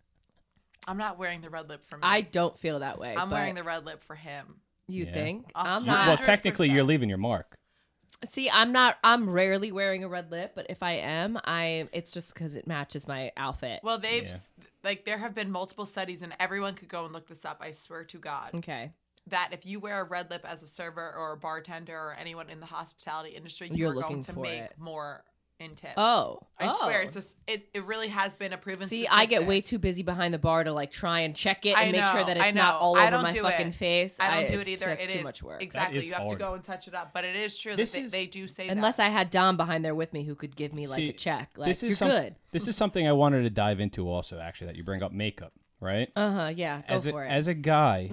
[SPEAKER 1] I'm not wearing the red lip for me.
[SPEAKER 2] I don't feel that way.
[SPEAKER 1] I'm
[SPEAKER 2] but
[SPEAKER 1] wearing the red lip for him.
[SPEAKER 2] You
[SPEAKER 3] Yeah.
[SPEAKER 2] think?
[SPEAKER 1] A
[SPEAKER 2] I'm
[SPEAKER 1] hundred-
[SPEAKER 3] You-
[SPEAKER 2] not.
[SPEAKER 3] well, technically,
[SPEAKER 1] 100%.
[SPEAKER 3] you're leaving your mark.
[SPEAKER 2] see, I'm not. I'm rarely wearing a red lip, but if I am, I it's just because it matches my outfit.
[SPEAKER 1] Well, they've s like there have been multiple studies, and everyone could go and look this up. I swear to God,
[SPEAKER 2] okay.
[SPEAKER 1] that if you wear a red lip as a server or a bartender or anyone in the hospitality industry, you
[SPEAKER 2] You're
[SPEAKER 1] are
[SPEAKER 2] looking
[SPEAKER 1] going to
[SPEAKER 2] for
[SPEAKER 1] make
[SPEAKER 2] it.
[SPEAKER 1] more in tips.
[SPEAKER 2] Oh,
[SPEAKER 1] I swear
[SPEAKER 2] oh.
[SPEAKER 1] it's a, s- it. It really has been a proven.
[SPEAKER 2] See, I get
[SPEAKER 1] statistic.
[SPEAKER 2] way too busy behind the bar to like try and check it
[SPEAKER 1] I
[SPEAKER 2] and make sure
[SPEAKER 1] know,
[SPEAKER 2] that
[SPEAKER 1] I
[SPEAKER 2] it's not
[SPEAKER 1] know.
[SPEAKER 2] all
[SPEAKER 1] I
[SPEAKER 2] over
[SPEAKER 1] don't
[SPEAKER 2] my
[SPEAKER 1] do
[SPEAKER 2] fucking
[SPEAKER 1] it.
[SPEAKER 2] face.
[SPEAKER 1] I don't do it
[SPEAKER 2] it's-
[SPEAKER 1] either.
[SPEAKER 2] That's
[SPEAKER 1] It
[SPEAKER 2] too
[SPEAKER 1] is-
[SPEAKER 2] much work.
[SPEAKER 1] Exactly,
[SPEAKER 3] is
[SPEAKER 1] you have to
[SPEAKER 3] hard.
[SPEAKER 1] go and touch it up, but it is true
[SPEAKER 3] This
[SPEAKER 1] that they,
[SPEAKER 3] is-
[SPEAKER 1] they do say
[SPEAKER 2] Unless
[SPEAKER 1] that.
[SPEAKER 2] I had Dom behind there with me who could give me like a
[SPEAKER 3] See,
[SPEAKER 2] check. Like
[SPEAKER 3] this is
[SPEAKER 2] you're
[SPEAKER 3] some-
[SPEAKER 2] good.
[SPEAKER 3] This is something I wanted to dive into also, actually, that you bring up makeup, right?
[SPEAKER 2] Uh huh. Yeah. Go
[SPEAKER 3] as, a,
[SPEAKER 2] for it. Mm-hmm.
[SPEAKER 3] as a guy,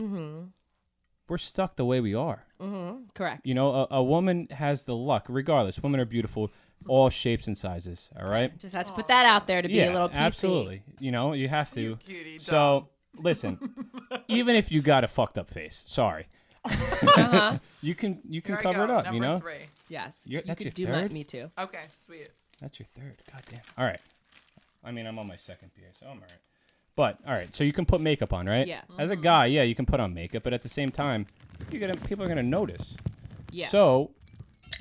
[SPEAKER 3] we're stuck the way we are.
[SPEAKER 2] Mm. Correct.
[SPEAKER 3] You know, a, a woman has the luck, regardless. Women are beautiful, all shapes and sizes, all right?
[SPEAKER 2] Just had to put that out there to be a
[SPEAKER 3] yeah,
[SPEAKER 2] little PC.
[SPEAKER 3] absolutely. You know, you have to.
[SPEAKER 1] cutie
[SPEAKER 3] so listen,
[SPEAKER 1] [laughs]
[SPEAKER 3] even if you got a fucked up face, sorry,
[SPEAKER 2] Uh-huh.
[SPEAKER 3] [laughs] you can you can
[SPEAKER 1] Here I
[SPEAKER 3] cover it
[SPEAKER 1] go,
[SPEAKER 3] up.
[SPEAKER 1] Number
[SPEAKER 3] you know,
[SPEAKER 1] three.
[SPEAKER 2] Yes.
[SPEAKER 3] You're-
[SPEAKER 2] you
[SPEAKER 3] that's
[SPEAKER 2] could
[SPEAKER 3] your
[SPEAKER 2] do
[SPEAKER 3] third?
[SPEAKER 2] My, me too.
[SPEAKER 1] Okay, sweet.
[SPEAKER 3] that's your third. Goddamn. All right. I mean, I'm on my second beer, so I'm all right. But all right, so you can put makeup on, right?
[SPEAKER 2] Yeah.
[SPEAKER 3] As a
[SPEAKER 1] Mm-hmm.
[SPEAKER 3] guy, yeah, you can put on makeup, but at the same time, you're gonna people are gonna notice.
[SPEAKER 2] Yeah.
[SPEAKER 3] So,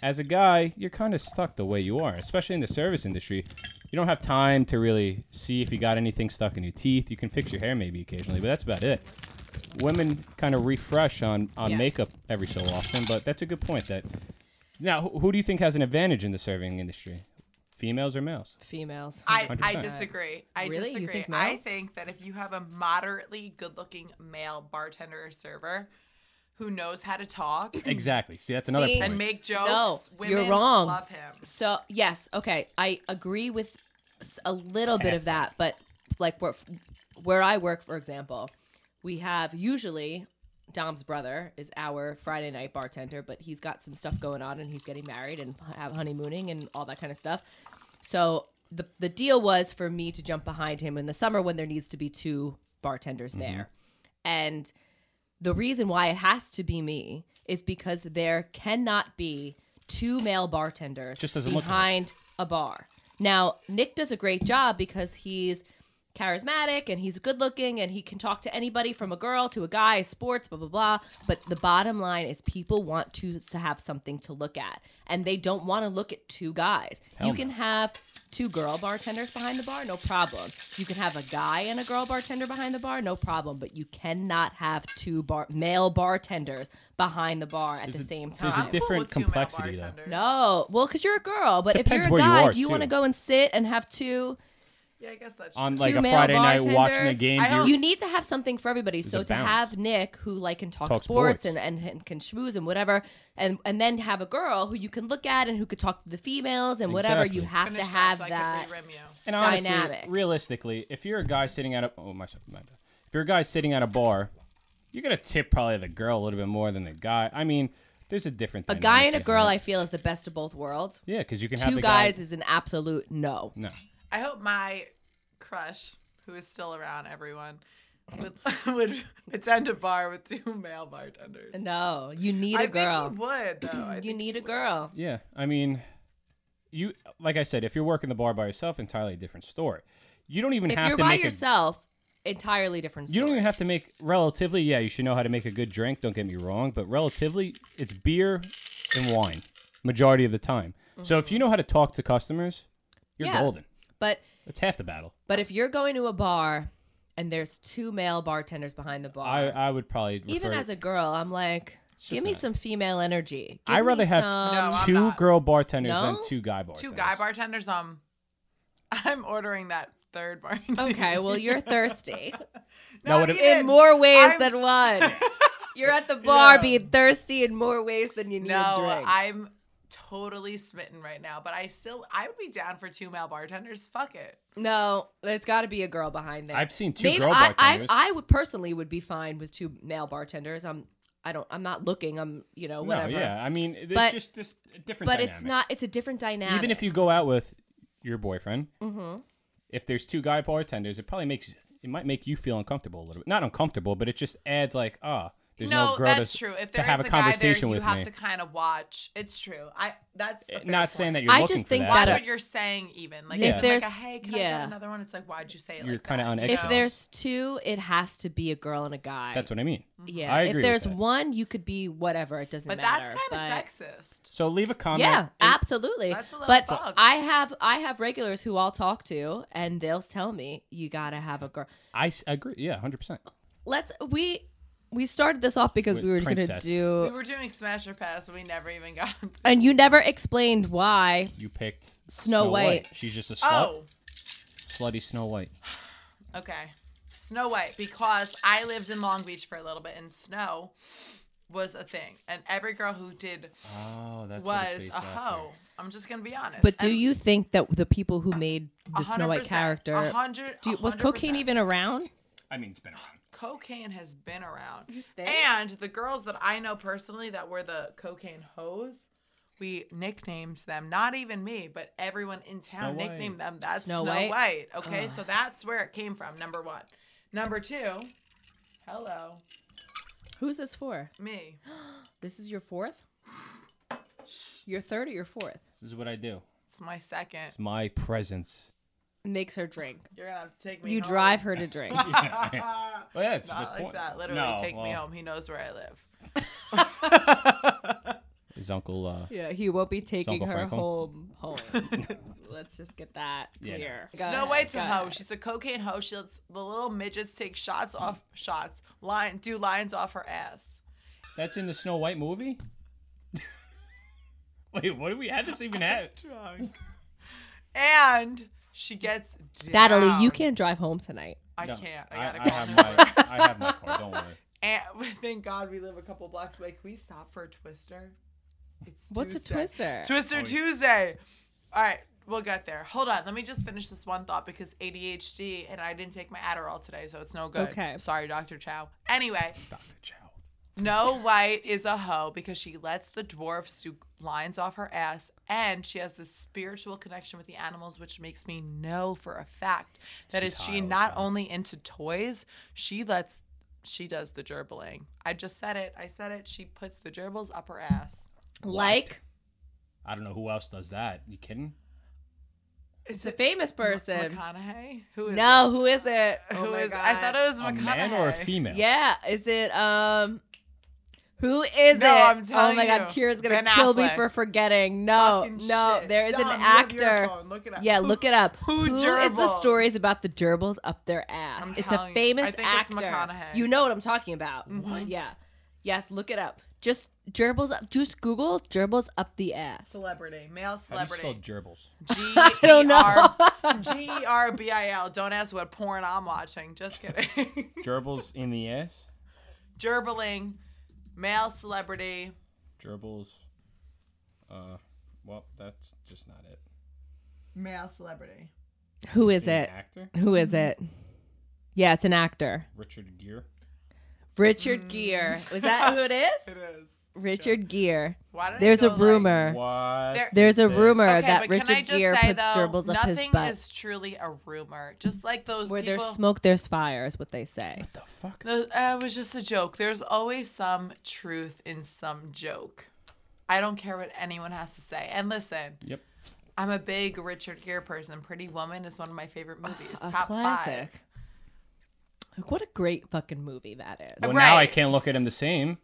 [SPEAKER 3] as a guy, you're kind of stuck the way you are, especially in the service industry. You don't have time to really see if you got anything stuck in your teeth. You can fix your hair maybe occasionally, but that's about it. women kind of refresh on on
[SPEAKER 2] Yeah.
[SPEAKER 3] makeup every so often, but that's a good point. That now, who, who do you think has an advantage in the serving industry, females or males?
[SPEAKER 2] Females.
[SPEAKER 1] I, I
[SPEAKER 3] 100%.
[SPEAKER 1] disagree. I
[SPEAKER 2] Really? You
[SPEAKER 1] disagree.
[SPEAKER 2] think
[SPEAKER 1] I
[SPEAKER 2] males?
[SPEAKER 1] think that if you have a moderately good-looking male bartender or server who knows how to talk
[SPEAKER 3] Exactly. See, that's another
[SPEAKER 2] See,
[SPEAKER 3] point.
[SPEAKER 1] and make jokes,
[SPEAKER 2] No,
[SPEAKER 1] women
[SPEAKER 2] you're wrong.
[SPEAKER 1] love him.
[SPEAKER 2] So yes, okay, I agree with s- a little bit of that, but like where where I work, for example, we have usually Dom's brother is our Friday night bartender, but he's got some stuff going on and he's getting married and have honeymooning and all that kind of stuff. So the the deal was for me to jump behind him in the summer when there needs to be two bartenders
[SPEAKER 3] Mm-hmm.
[SPEAKER 2] there, and the reason why it has to be me is because there cannot be two male bartenders
[SPEAKER 3] Just doesn't look like it.
[SPEAKER 2] behind a bar. Now, Nick does a great job because he's charismatic and he's good looking and he can talk to anybody from a girl to a guy, sports, blah, blah, blah. But the bottom line is people want to, to have something to look at and they don't want to look at two guys. you
[SPEAKER 3] no.
[SPEAKER 2] can have two girl bartenders behind the bar, no problem. You can have a guy and a girl bartender behind the bar, no problem. But you cannot have two bar- male bartenders behind the bar at the
[SPEAKER 3] There's a-
[SPEAKER 2] same
[SPEAKER 3] there's a
[SPEAKER 2] time.
[SPEAKER 3] diff- different
[SPEAKER 1] with two male
[SPEAKER 3] complexity, though.
[SPEAKER 1] bartenders.
[SPEAKER 2] no, well, because you're a girl, but
[SPEAKER 3] Depends
[SPEAKER 2] if you're
[SPEAKER 3] where
[SPEAKER 2] a
[SPEAKER 3] you
[SPEAKER 2] guy,
[SPEAKER 3] are,
[SPEAKER 2] do you want to
[SPEAKER 3] too.
[SPEAKER 2] go and sit and have two?
[SPEAKER 1] Yeah, I guess that's
[SPEAKER 3] on
[SPEAKER 1] true.
[SPEAKER 3] like
[SPEAKER 2] two
[SPEAKER 3] a
[SPEAKER 2] male
[SPEAKER 3] Friday night watching a
[SPEAKER 2] bartenders.
[SPEAKER 3] game.
[SPEAKER 1] I
[SPEAKER 3] you-
[SPEAKER 1] hope-
[SPEAKER 2] You need to have something for everybody. So
[SPEAKER 3] a
[SPEAKER 2] to
[SPEAKER 3] balance.
[SPEAKER 2] have Nick, who like can talk,
[SPEAKER 3] Talk
[SPEAKER 2] sports,
[SPEAKER 3] sports.
[SPEAKER 2] And, and and can schmooze and whatever, and and then have a girl who you can look at and who could talk to the females and whatever.
[SPEAKER 3] Exactly.
[SPEAKER 2] You have
[SPEAKER 1] Finish
[SPEAKER 2] to have
[SPEAKER 1] so I
[SPEAKER 2] that.
[SPEAKER 1] can re-rim you.
[SPEAKER 3] and honestly,
[SPEAKER 2] dynamic.
[SPEAKER 3] realistically, if you're a guy sitting at a oh my, my bad. if you're a guy sitting at a bar, you're gonna tip probably the girl a little bit more than the guy. I mean, there's a different
[SPEAKER 2] a guy and a girl, I feel, is the best of both worlds.
[SPEAKER 3] yeah, because you can have
[SPEAKER 2] Two
[SPEAKER 3] the
[SPEAKER 2] guys
[SPEAKER 3] Guy,
[SPEAKER 2] is an absolute no.
[SPEAKER 3] no,
[SPEAKER 1] I hope my crush, who is still around, everyone, would, [laughs] would attend a bar with two male bartenders.
[SPEAKER 2] No, you need
[SPEAKER 1] I
[SPEAKER 2] a girl.
[SPEAKER 1] think he would though. I
[SPEAKER 2] you
[SPEAKER 1] think
[SPEAKER 2] need
[SPEAKER 1] he
[SPEAKER 2] a girl.
[SPEAKER 3] yeah. I mean, you like I said, if you're working the bar by yourself, entirely different story. You don't even
[SPEAKER 2] If
[SPEAKER 3] have
[SPEAKER 2] you're
[SPEAKER 3] to
[SPEAKER 2] by
[SPEAKER 3] make a.
[SPEAKER 2] yourself, entirely different.
[SPEAKER 3] You don't
[SPEAKER 2] story.
[SPEAKER 3] even have to make relatively. Yeah, you should know how to make a good drink. Don't get me wrong, but relatively, it's beer and wine majority of the time. So if you know how to talk to customers, you're
[SPEAKER 2] Mm-hmm. Yeah.
[SPEAKER 3] golden.
[SPEAKER 2] But
[SPEAKER 3] That's half the battle.
[SPEAKER 2] but if you're going to a bar and there's two male bartenders behind the bar,
[SPEAKER 3] I, I would probably refer,
[SPEAKER 2] even as a girl, I'm like, give
[SPEAKER 3] just
[SPEAKER 2] me
[SPEAKER 3] not-
[SPEAKER 2] some female energy. Give
[SPEAKER 3] I'd rather
[SPEAKER 2] me
[SPEAKER 3] have
[SPEAKER 2] some-
[SPEAKER 1] No, I'm
[SPEAKER 3] two
[SPEAKER 1] not.
[SPEAKER 3] girl bartenders
[SPEAKER 2] No?
[SPEAKER 3] than two guy bartenders.
[SPEAKER 1] Two guy bartenders. Um, [laughs] I'm ordering that third bartender.
[SPEAKER 2] [laughs] Okay, well
[SPEAKER 1] [laughs]
[SPEAKER 2] you're thirsty
[SPEAKER 3] Now,
[SPEAKER 1] No,
[SPEAKER 3] what if-
[SPEAKER 1] he
[SPEAKER 2] in
[SPEAKER 1] didn't.
[SPEAKER 2] more ways
[SPEAKER 1] I'm- [laughs]
[SPEAKER 2] than one. You're at the bar
[SPEAKER 1] Yeah.
[SPEAKER 2] being thirsty in more ways than you need
[SPEAKER 1] No,
[SPEAKER 2] a drink.
[SPEAKER 1] I'm totally smitten right now. But I still, I would be down for two male bartenders. Fuck it.
[SPEAKER 2] No, there's got to be a girl behind there.
[SPEAKER 3] I've seen two girl
[SPEAKER 2] I, I,
[SPEAKER 3] bartenders.
[SPEAKER 2] I would personally would be fine with two male bartenders. I'm I don't I'm not looking. I'm you know
[SPEAKER 3] No,
[SPEAKER 2] whatever.
[SPEAKER 3] yeah. I mean, it's
[SPEAKER 2] But-
[SPEAKER 3] just this different.
[SPEAKER 2] But
[SPEAKER 3] dynamic.
[SPEAKER 2] it's not. Mm-hmm. It's a different dynamic.
[SPEAKER 3] Even if you go out with your boyfriend, if there's two guy bartenders, it probably makes it might make you feel uncomfortable a little bit. Not uncomfortable, but it just adds like, ah, there's no,
[SPEAKER 1] no,
[SPEAKER 3] girl
[SPEAKER 1] that's
[SPEAKER 3] to,
[SPEAKER 1] true. If
[SPEAKER 3] to
[SPEAKER 1] there is
[SPEAKER 3] have
[SPEAKER 1] a,
[SPEAKER 3] a
[SPEAKER 1] guy there,
[SPEAKER 3] conversation
[SPEAKER 1] you
[SPEAKER 3] with
[SPEAKER 1] have
[SPEAKER 3] me. Eh,
[SPEAKER 1] to kind of watch. It's true. I that's a fair
[SPEAKER 3] not
[SPEAKER 1] point.
[SPEAKER 3] saying that you're
[SPEAKER 2] I
[SPEAKER 3] looking
[SPEAKER 2] just
[SPEAKER 3] for
[SPEAKER 2] think
[SPEAKER 1] Watch
[SPEAKER 3] that.
[SPEAKER 2] that
[SPEAKER 1] what you're saying, even like
[SPEAKER 3] Yeah.
[SPEAKER 1] if
[SPEAKER 3] If
[SPEAKER 1] there's
[SPEAKER 2] there's-
[SPEAKER 1] like a, hey, can I
[SPEAKER 2] yeah.
[SPEAKER 1] get another one? It's like why'd you say it?
[SPEAKER 3] You're
[SPEAKER 1] like
[SPEAKER 3] kinda
[SPEAKER 1] that?
[SPEAKER 3] on
[SPEAKER 1] you
[SPEAKER 3] eggshells.
[SPEAKER 2] if
[SPEAKER 1] know?
[SPEAKER 2] there's two, it has to be a girl and a guy.
[SPEAKER 3] That's what I mean.
[SPEAKER 2] yeah.
[SPEAKER 3] I agree
[SPEAKER 2] if
[SPEAKER 3] with
[SPEAKER 2] there's
[SPEAKER 3] that.
[SPEAKER 2] one, you could be whatever. It doesn't
[SPEAKER 1] but
[SPEAKER 2] matter.
[SPEAKER 1] that's kind of
[SPEAKER 2] but-
[SPEAKER 1] sexist.
[SPEAKER 3] So leave a comment.
[SPEAKER 2] Yeah,
[SPEAKER 3] and-
[SPEAKER 2] absolutely.
[SPEAKER 1] That's a little
[SPEAKER 2] but
[SPEAKER 1] fucked.
[SPEAKER 2] I have I have regulars who I'll talk to, and they'll tell me you gotta have a girl.
[SPEAKER 3] I s- agree. Yeah, hundred percent.
[SPEAKER 2] Let's we we started this off because
[SPEAKER 3] With
[SPEAKER 2] we were gonna
[SPEAKER 3] princess.
[SPEAKER 2] do
[SPEAKER 1] We were doing Smash or Pass, and we never even got. [laughs]
[SPEAKER 2] And you never explained why.
[SPEAKER 3] You picked
[SPEAKER 2] Snow White.
[SPEAKER 3] She's just a slut.
[SPEAKER 1] Oh,
[SPEAKER 3] Slutty Snow White.
[SPEAKER 1] okay. Snow White, because I lived in Long Beach for a little bit, and snow was a thing, and every girl who did
[SPEAKER 3] [sighs] Oh, that's
[SPEAKER 1] was a hoe. I'm just gonna be honest.
[SPEAKER 2] But do
[SPEAKER 1] And
[SPEAKER 2] you think that the people who made the Snow
[SPEAKER 1] 100%,
[SPEAKER 2] White character
[SPEAKER 1] 100,
[SPEAKER 2] do you, was
[SPEAKER 1] 100%.
[SPEAKER 2] cocaine even around?
[SPEAKER 3] I mean, it's been around.
[SPEAKER 1] Cocaine has been around,
[SPEAKER 2] think?
[SPEAKER 1] and the girls that I know personally that were the cocaine hoes. We nicknamed them, not even me, but everyone in town
[SPEAKER 3] White.
[SPEAKER 1] nicknamed them. That's
[SPEAKER 2] Snow
[SPEAKER 1] Snow,
[SPEAKER 2] White?
[SPEAKER 1] White. Okay, so that's where it came from. Number one. Number two. Hello,
[SPEAKER 2] Who's this for?
[SPEAKER 1] me.
[SPEAKER 2] This is your fourth? Your third or your fourth?
[SPEAKER 3] This is what I do.
[SPEAKER 1] It's my second.
[SPEAKER 3] It's my presence.
[SPEAKER 2] Makes her drink.
[SPEAKER 1] You're gonna have to take me.
[SPEAKER 2] You
[SPEAKER 1] home.
[SPEAKER 2] drive her
[SPEAKER 1] [laughs]
[SPEAKER 2] to drink.
[SPEAKER 3] Oh yeah, it's a
[SPEAKER 1] Not
[SPEAKER 3] good
[SPEAKER 1] like
[SPEAKER 3] point.
[SPEAKER 1] that. Literally,
[SPEAKER 3] No,
[SPEAKER 1] take me
[SPEAKER 3] well,
[SPEAKER 1] home. He knows where I live.
[SPEAKER 3] His uncle. Uh,
[SPEAKER 2] Yeah, he won't be taking
[SPEAKER 3] Uncle
[SPEAKER 2] her
[SPEAKER 3] Frankel.
[SPEAKER 2] home.
[SPEAKER 3] [laughs]
[SPEAKER 2] Home. Let's just get that
[SPEAKER 3] Yeah, no.
[SPEAKER 2] clear.
[SPEAKER 1] There's no way to hoe. She's a cocaine hoe. She lets the little midgets take shots off shots, line do lines off her ass.
[SPEAKER 3] that's in the Snow White movie. [laughs] Wait, what do we have this even have?
[SPEAKER 1] And she gets down.
[SPEAKER 2] Natalie, you can't drive home tonight.
[SPEAKER 1] I
[SPEAKER 3] No,
[SPEAKER 1] can't. I
[SPEAKER 3] I,
[SPEAKER 1] gotta
[SPEAKER 3] I
[SPEAKER 1] call
[SPEAKER 3] have
[SPEAKER 1] them.
[SPEAKER 3] my I have my car. Don't worry.
[SPEAKER 1] [laughs] And thank God we live a couple blocks away. Can we stop for a twister? It's
[SPEAKER 2] What's a
[SPEAKER 1] Tuesday. [laughs] Twister
[SPEAKER 2] twister?
[SPEAKER 3] Oh, yeah.
[SPEAKER 1] Tuesday. All right, we'll get there. Hold on, let me just finish this one thought because ADHD and I didn't take my Adderall today, so it's no good.
[SPEAKER 2] Okay.
[SPEAKER 1] Sorry, Dr. Chow. Anyway,
[SPEAKER 3] Doctor Chow.
[SPEAKER 1] Snow White is a hoe because she lets the dwarfs do lines off her ass, and she has this spiritual connection with the animals, which makes me know for a fact that is
[SPEAKER 3] She's
[SPEAKER 1] she
[SPEAKER 3] high all
[SPEAKER 1] not only into toys, she lets she does the gerbiling. I just said it. I said it. She puts the gerbils up her ass.
[SPEAKER 2] like
[SPEAKER 3] I don't know who else does that. You kidding?
[SPEAKER 1] It's
[SPEAKER 2] it's a famous person.
[SPEAKER 1] McConaughey. Who is
[SPEAKER 2] no, who is it?
[SPEAKER 1] It?
[SPEAKER 2] Oh
[SPEAKER 1] Who
[SPEAKER 2] my
[SPEAKER 1] is? I thought
[SPEAKER 2] God.
[SPEAKER 1] it was
[SPEAKER 3] A
[SPEAKER 1] McConaughey.
[SPEAKER 3] man or a female?
[SPEAKER 2] Yeah, is it um who is
[SPEAKER 1] No,
[SPEAKER 2] it?
[SPEAKER 1] I'm
[SPEAKER 2] oh
[SPEAKER 1] telling
[SPEAKER 2] my god,
[SPEAKER 1] you.
[SPEAKER 2] Kira's gonna
[SPEAKER 1] Ben
[SPEAKER 2] kill me
[SPEAKER 1] Affleck.
[SPEAKER 2] for forgetting. Oh, No,
[SPEAKER 1] Fucking
[SPEAKER 2] no,
[SPEAKER 1] shit.
[SPEAKER 2] there is
[SPEAKER 1] Dom,
[SPEAKER 2] an
[SPEAKER 1] you have your
[SPEAKER 2] actor.
[SPEAKER 1] phone. Look it up.
[SPEAKER 2] Yeah,
[SPEAKER 1] Who-
[SPEAKER 2] look it up.
[SPEAKER 1] who
[SPEAKER 2] who is the
[SPEAKER 1] gerbils?
[SPEAKER 2] stories about the gerbils up their ass?
[SPEAKER 1] I'm
[SPEAKER 2] it's a
[SPEAKER 1] telling you. I
[SPEAKER 2] famous
[SPEAKER 1] think it's
[SPEAKER 2] actor.
[SPEAKER 1] McConaughey. Mm-hmm.
[SPEAKER 2] You know what I'm talking about.
[SPEAKER 1] What?
[SPEAKER 2] Yeah. Yes, look it up. Just gerbils up just Google gerbils up the ass.
[SPEAKER 1] [laughs] Celebrity, male
[SPEAKER 3] How do you
[SPEAKER 1] celebrity.
[SPEAKER 3] spell gerbils?
[SPEAKER 2] [laughs]
[SPEAKER 1] G
[SPEAKER 2] don't
[SPEAKER 1] E
[SPEAKER 2] know.
[SPEAKER 1] R G
[SPEAKER 2] [laughs]
[SPEAKER 1] E R B I L. Don't ask what porn I'm watching. Just kidding. [laughs]
[SPEAKER 3] Gerbils in the ass.
[SPEAKER 1] Gerbiling, male celebrity.
[SPEAKER 3] Gerbils. Uh, well, that's just not it.
[SPEAKER 1] Male celebrity.
[SPEAKER 2] Who is
[SPEAKER 3] An
[SPEAKER 2] it? [laughs]
[SPEAKER 3] actor?
[SPEAKER 2] Who is it? Yeah, it's an actor.
[SPEAKER 3] Richard Gere.
[SPEAKER 1] Mm.
[SPEAKER 2] Richard Gere.
[SPEAKER 1] [laughs]
[SPEAKER 2] Was that who it is?
[SPEAKER 1] It is.
[SPEAKER 2] Richard Gere.
[SPEAKER 1] Why did
[SPEAKER 2] There's
[SPEAKER 1] it
[SPEAKER 2] a
[SPEAKER 1] go like-
[SPEAKER 2] rumor.
[SPEAKER 3] What?
[SPEAKER 1] There-
[SPEAKER 2] There's a
[SPEAKER 3] this?
[SPEAKER 2] rumor
[SPEAKER 1] Okay,
[SPEAKER 2] that
[SPEAKER 1] but can I
[SPEAKER 2] Richard
[SPEAKER 1] just
[SPEAKER 2] Gere
[SPEAKER 1] say,
[SPEAKER 2] puts
[SPEAKER 1] though,
[SPEAKER 2] gerbils up his
[SPEAKER 1] nothing
[SPEAKER 2] butt.
[SPEAKER 1] is truly a rumor. Just like those
[SPEAKER 2] Where
[SPEAKER 1] people.
[SPEAKER 2] there's smoke, there's fire, is what they say.
[SPEAKER 3] What the fuck?
[SPEAKER 1] The- uh, it was just a joke. There's always some truth in some joke. I don't care what anyone has to say. And listen,
[SPEAKER 2] Uh,
[SPEAKER 3] Yep.
[SPEAKER 1] I'm a big Richard Gere person. Pretty Woman is one of my favorite movies.
[SPEAKER 2] A
[SPEAKER 1] Top
[SPEAKER 2] classic.
[SPEAKER 1] five.
[SPEAKER 2] Like, what a great fucking movie that is.
[SPEAKER 3] Well, now I
[SPEAKER 1] Right.
[SPEAKER 3] can't look at him the same.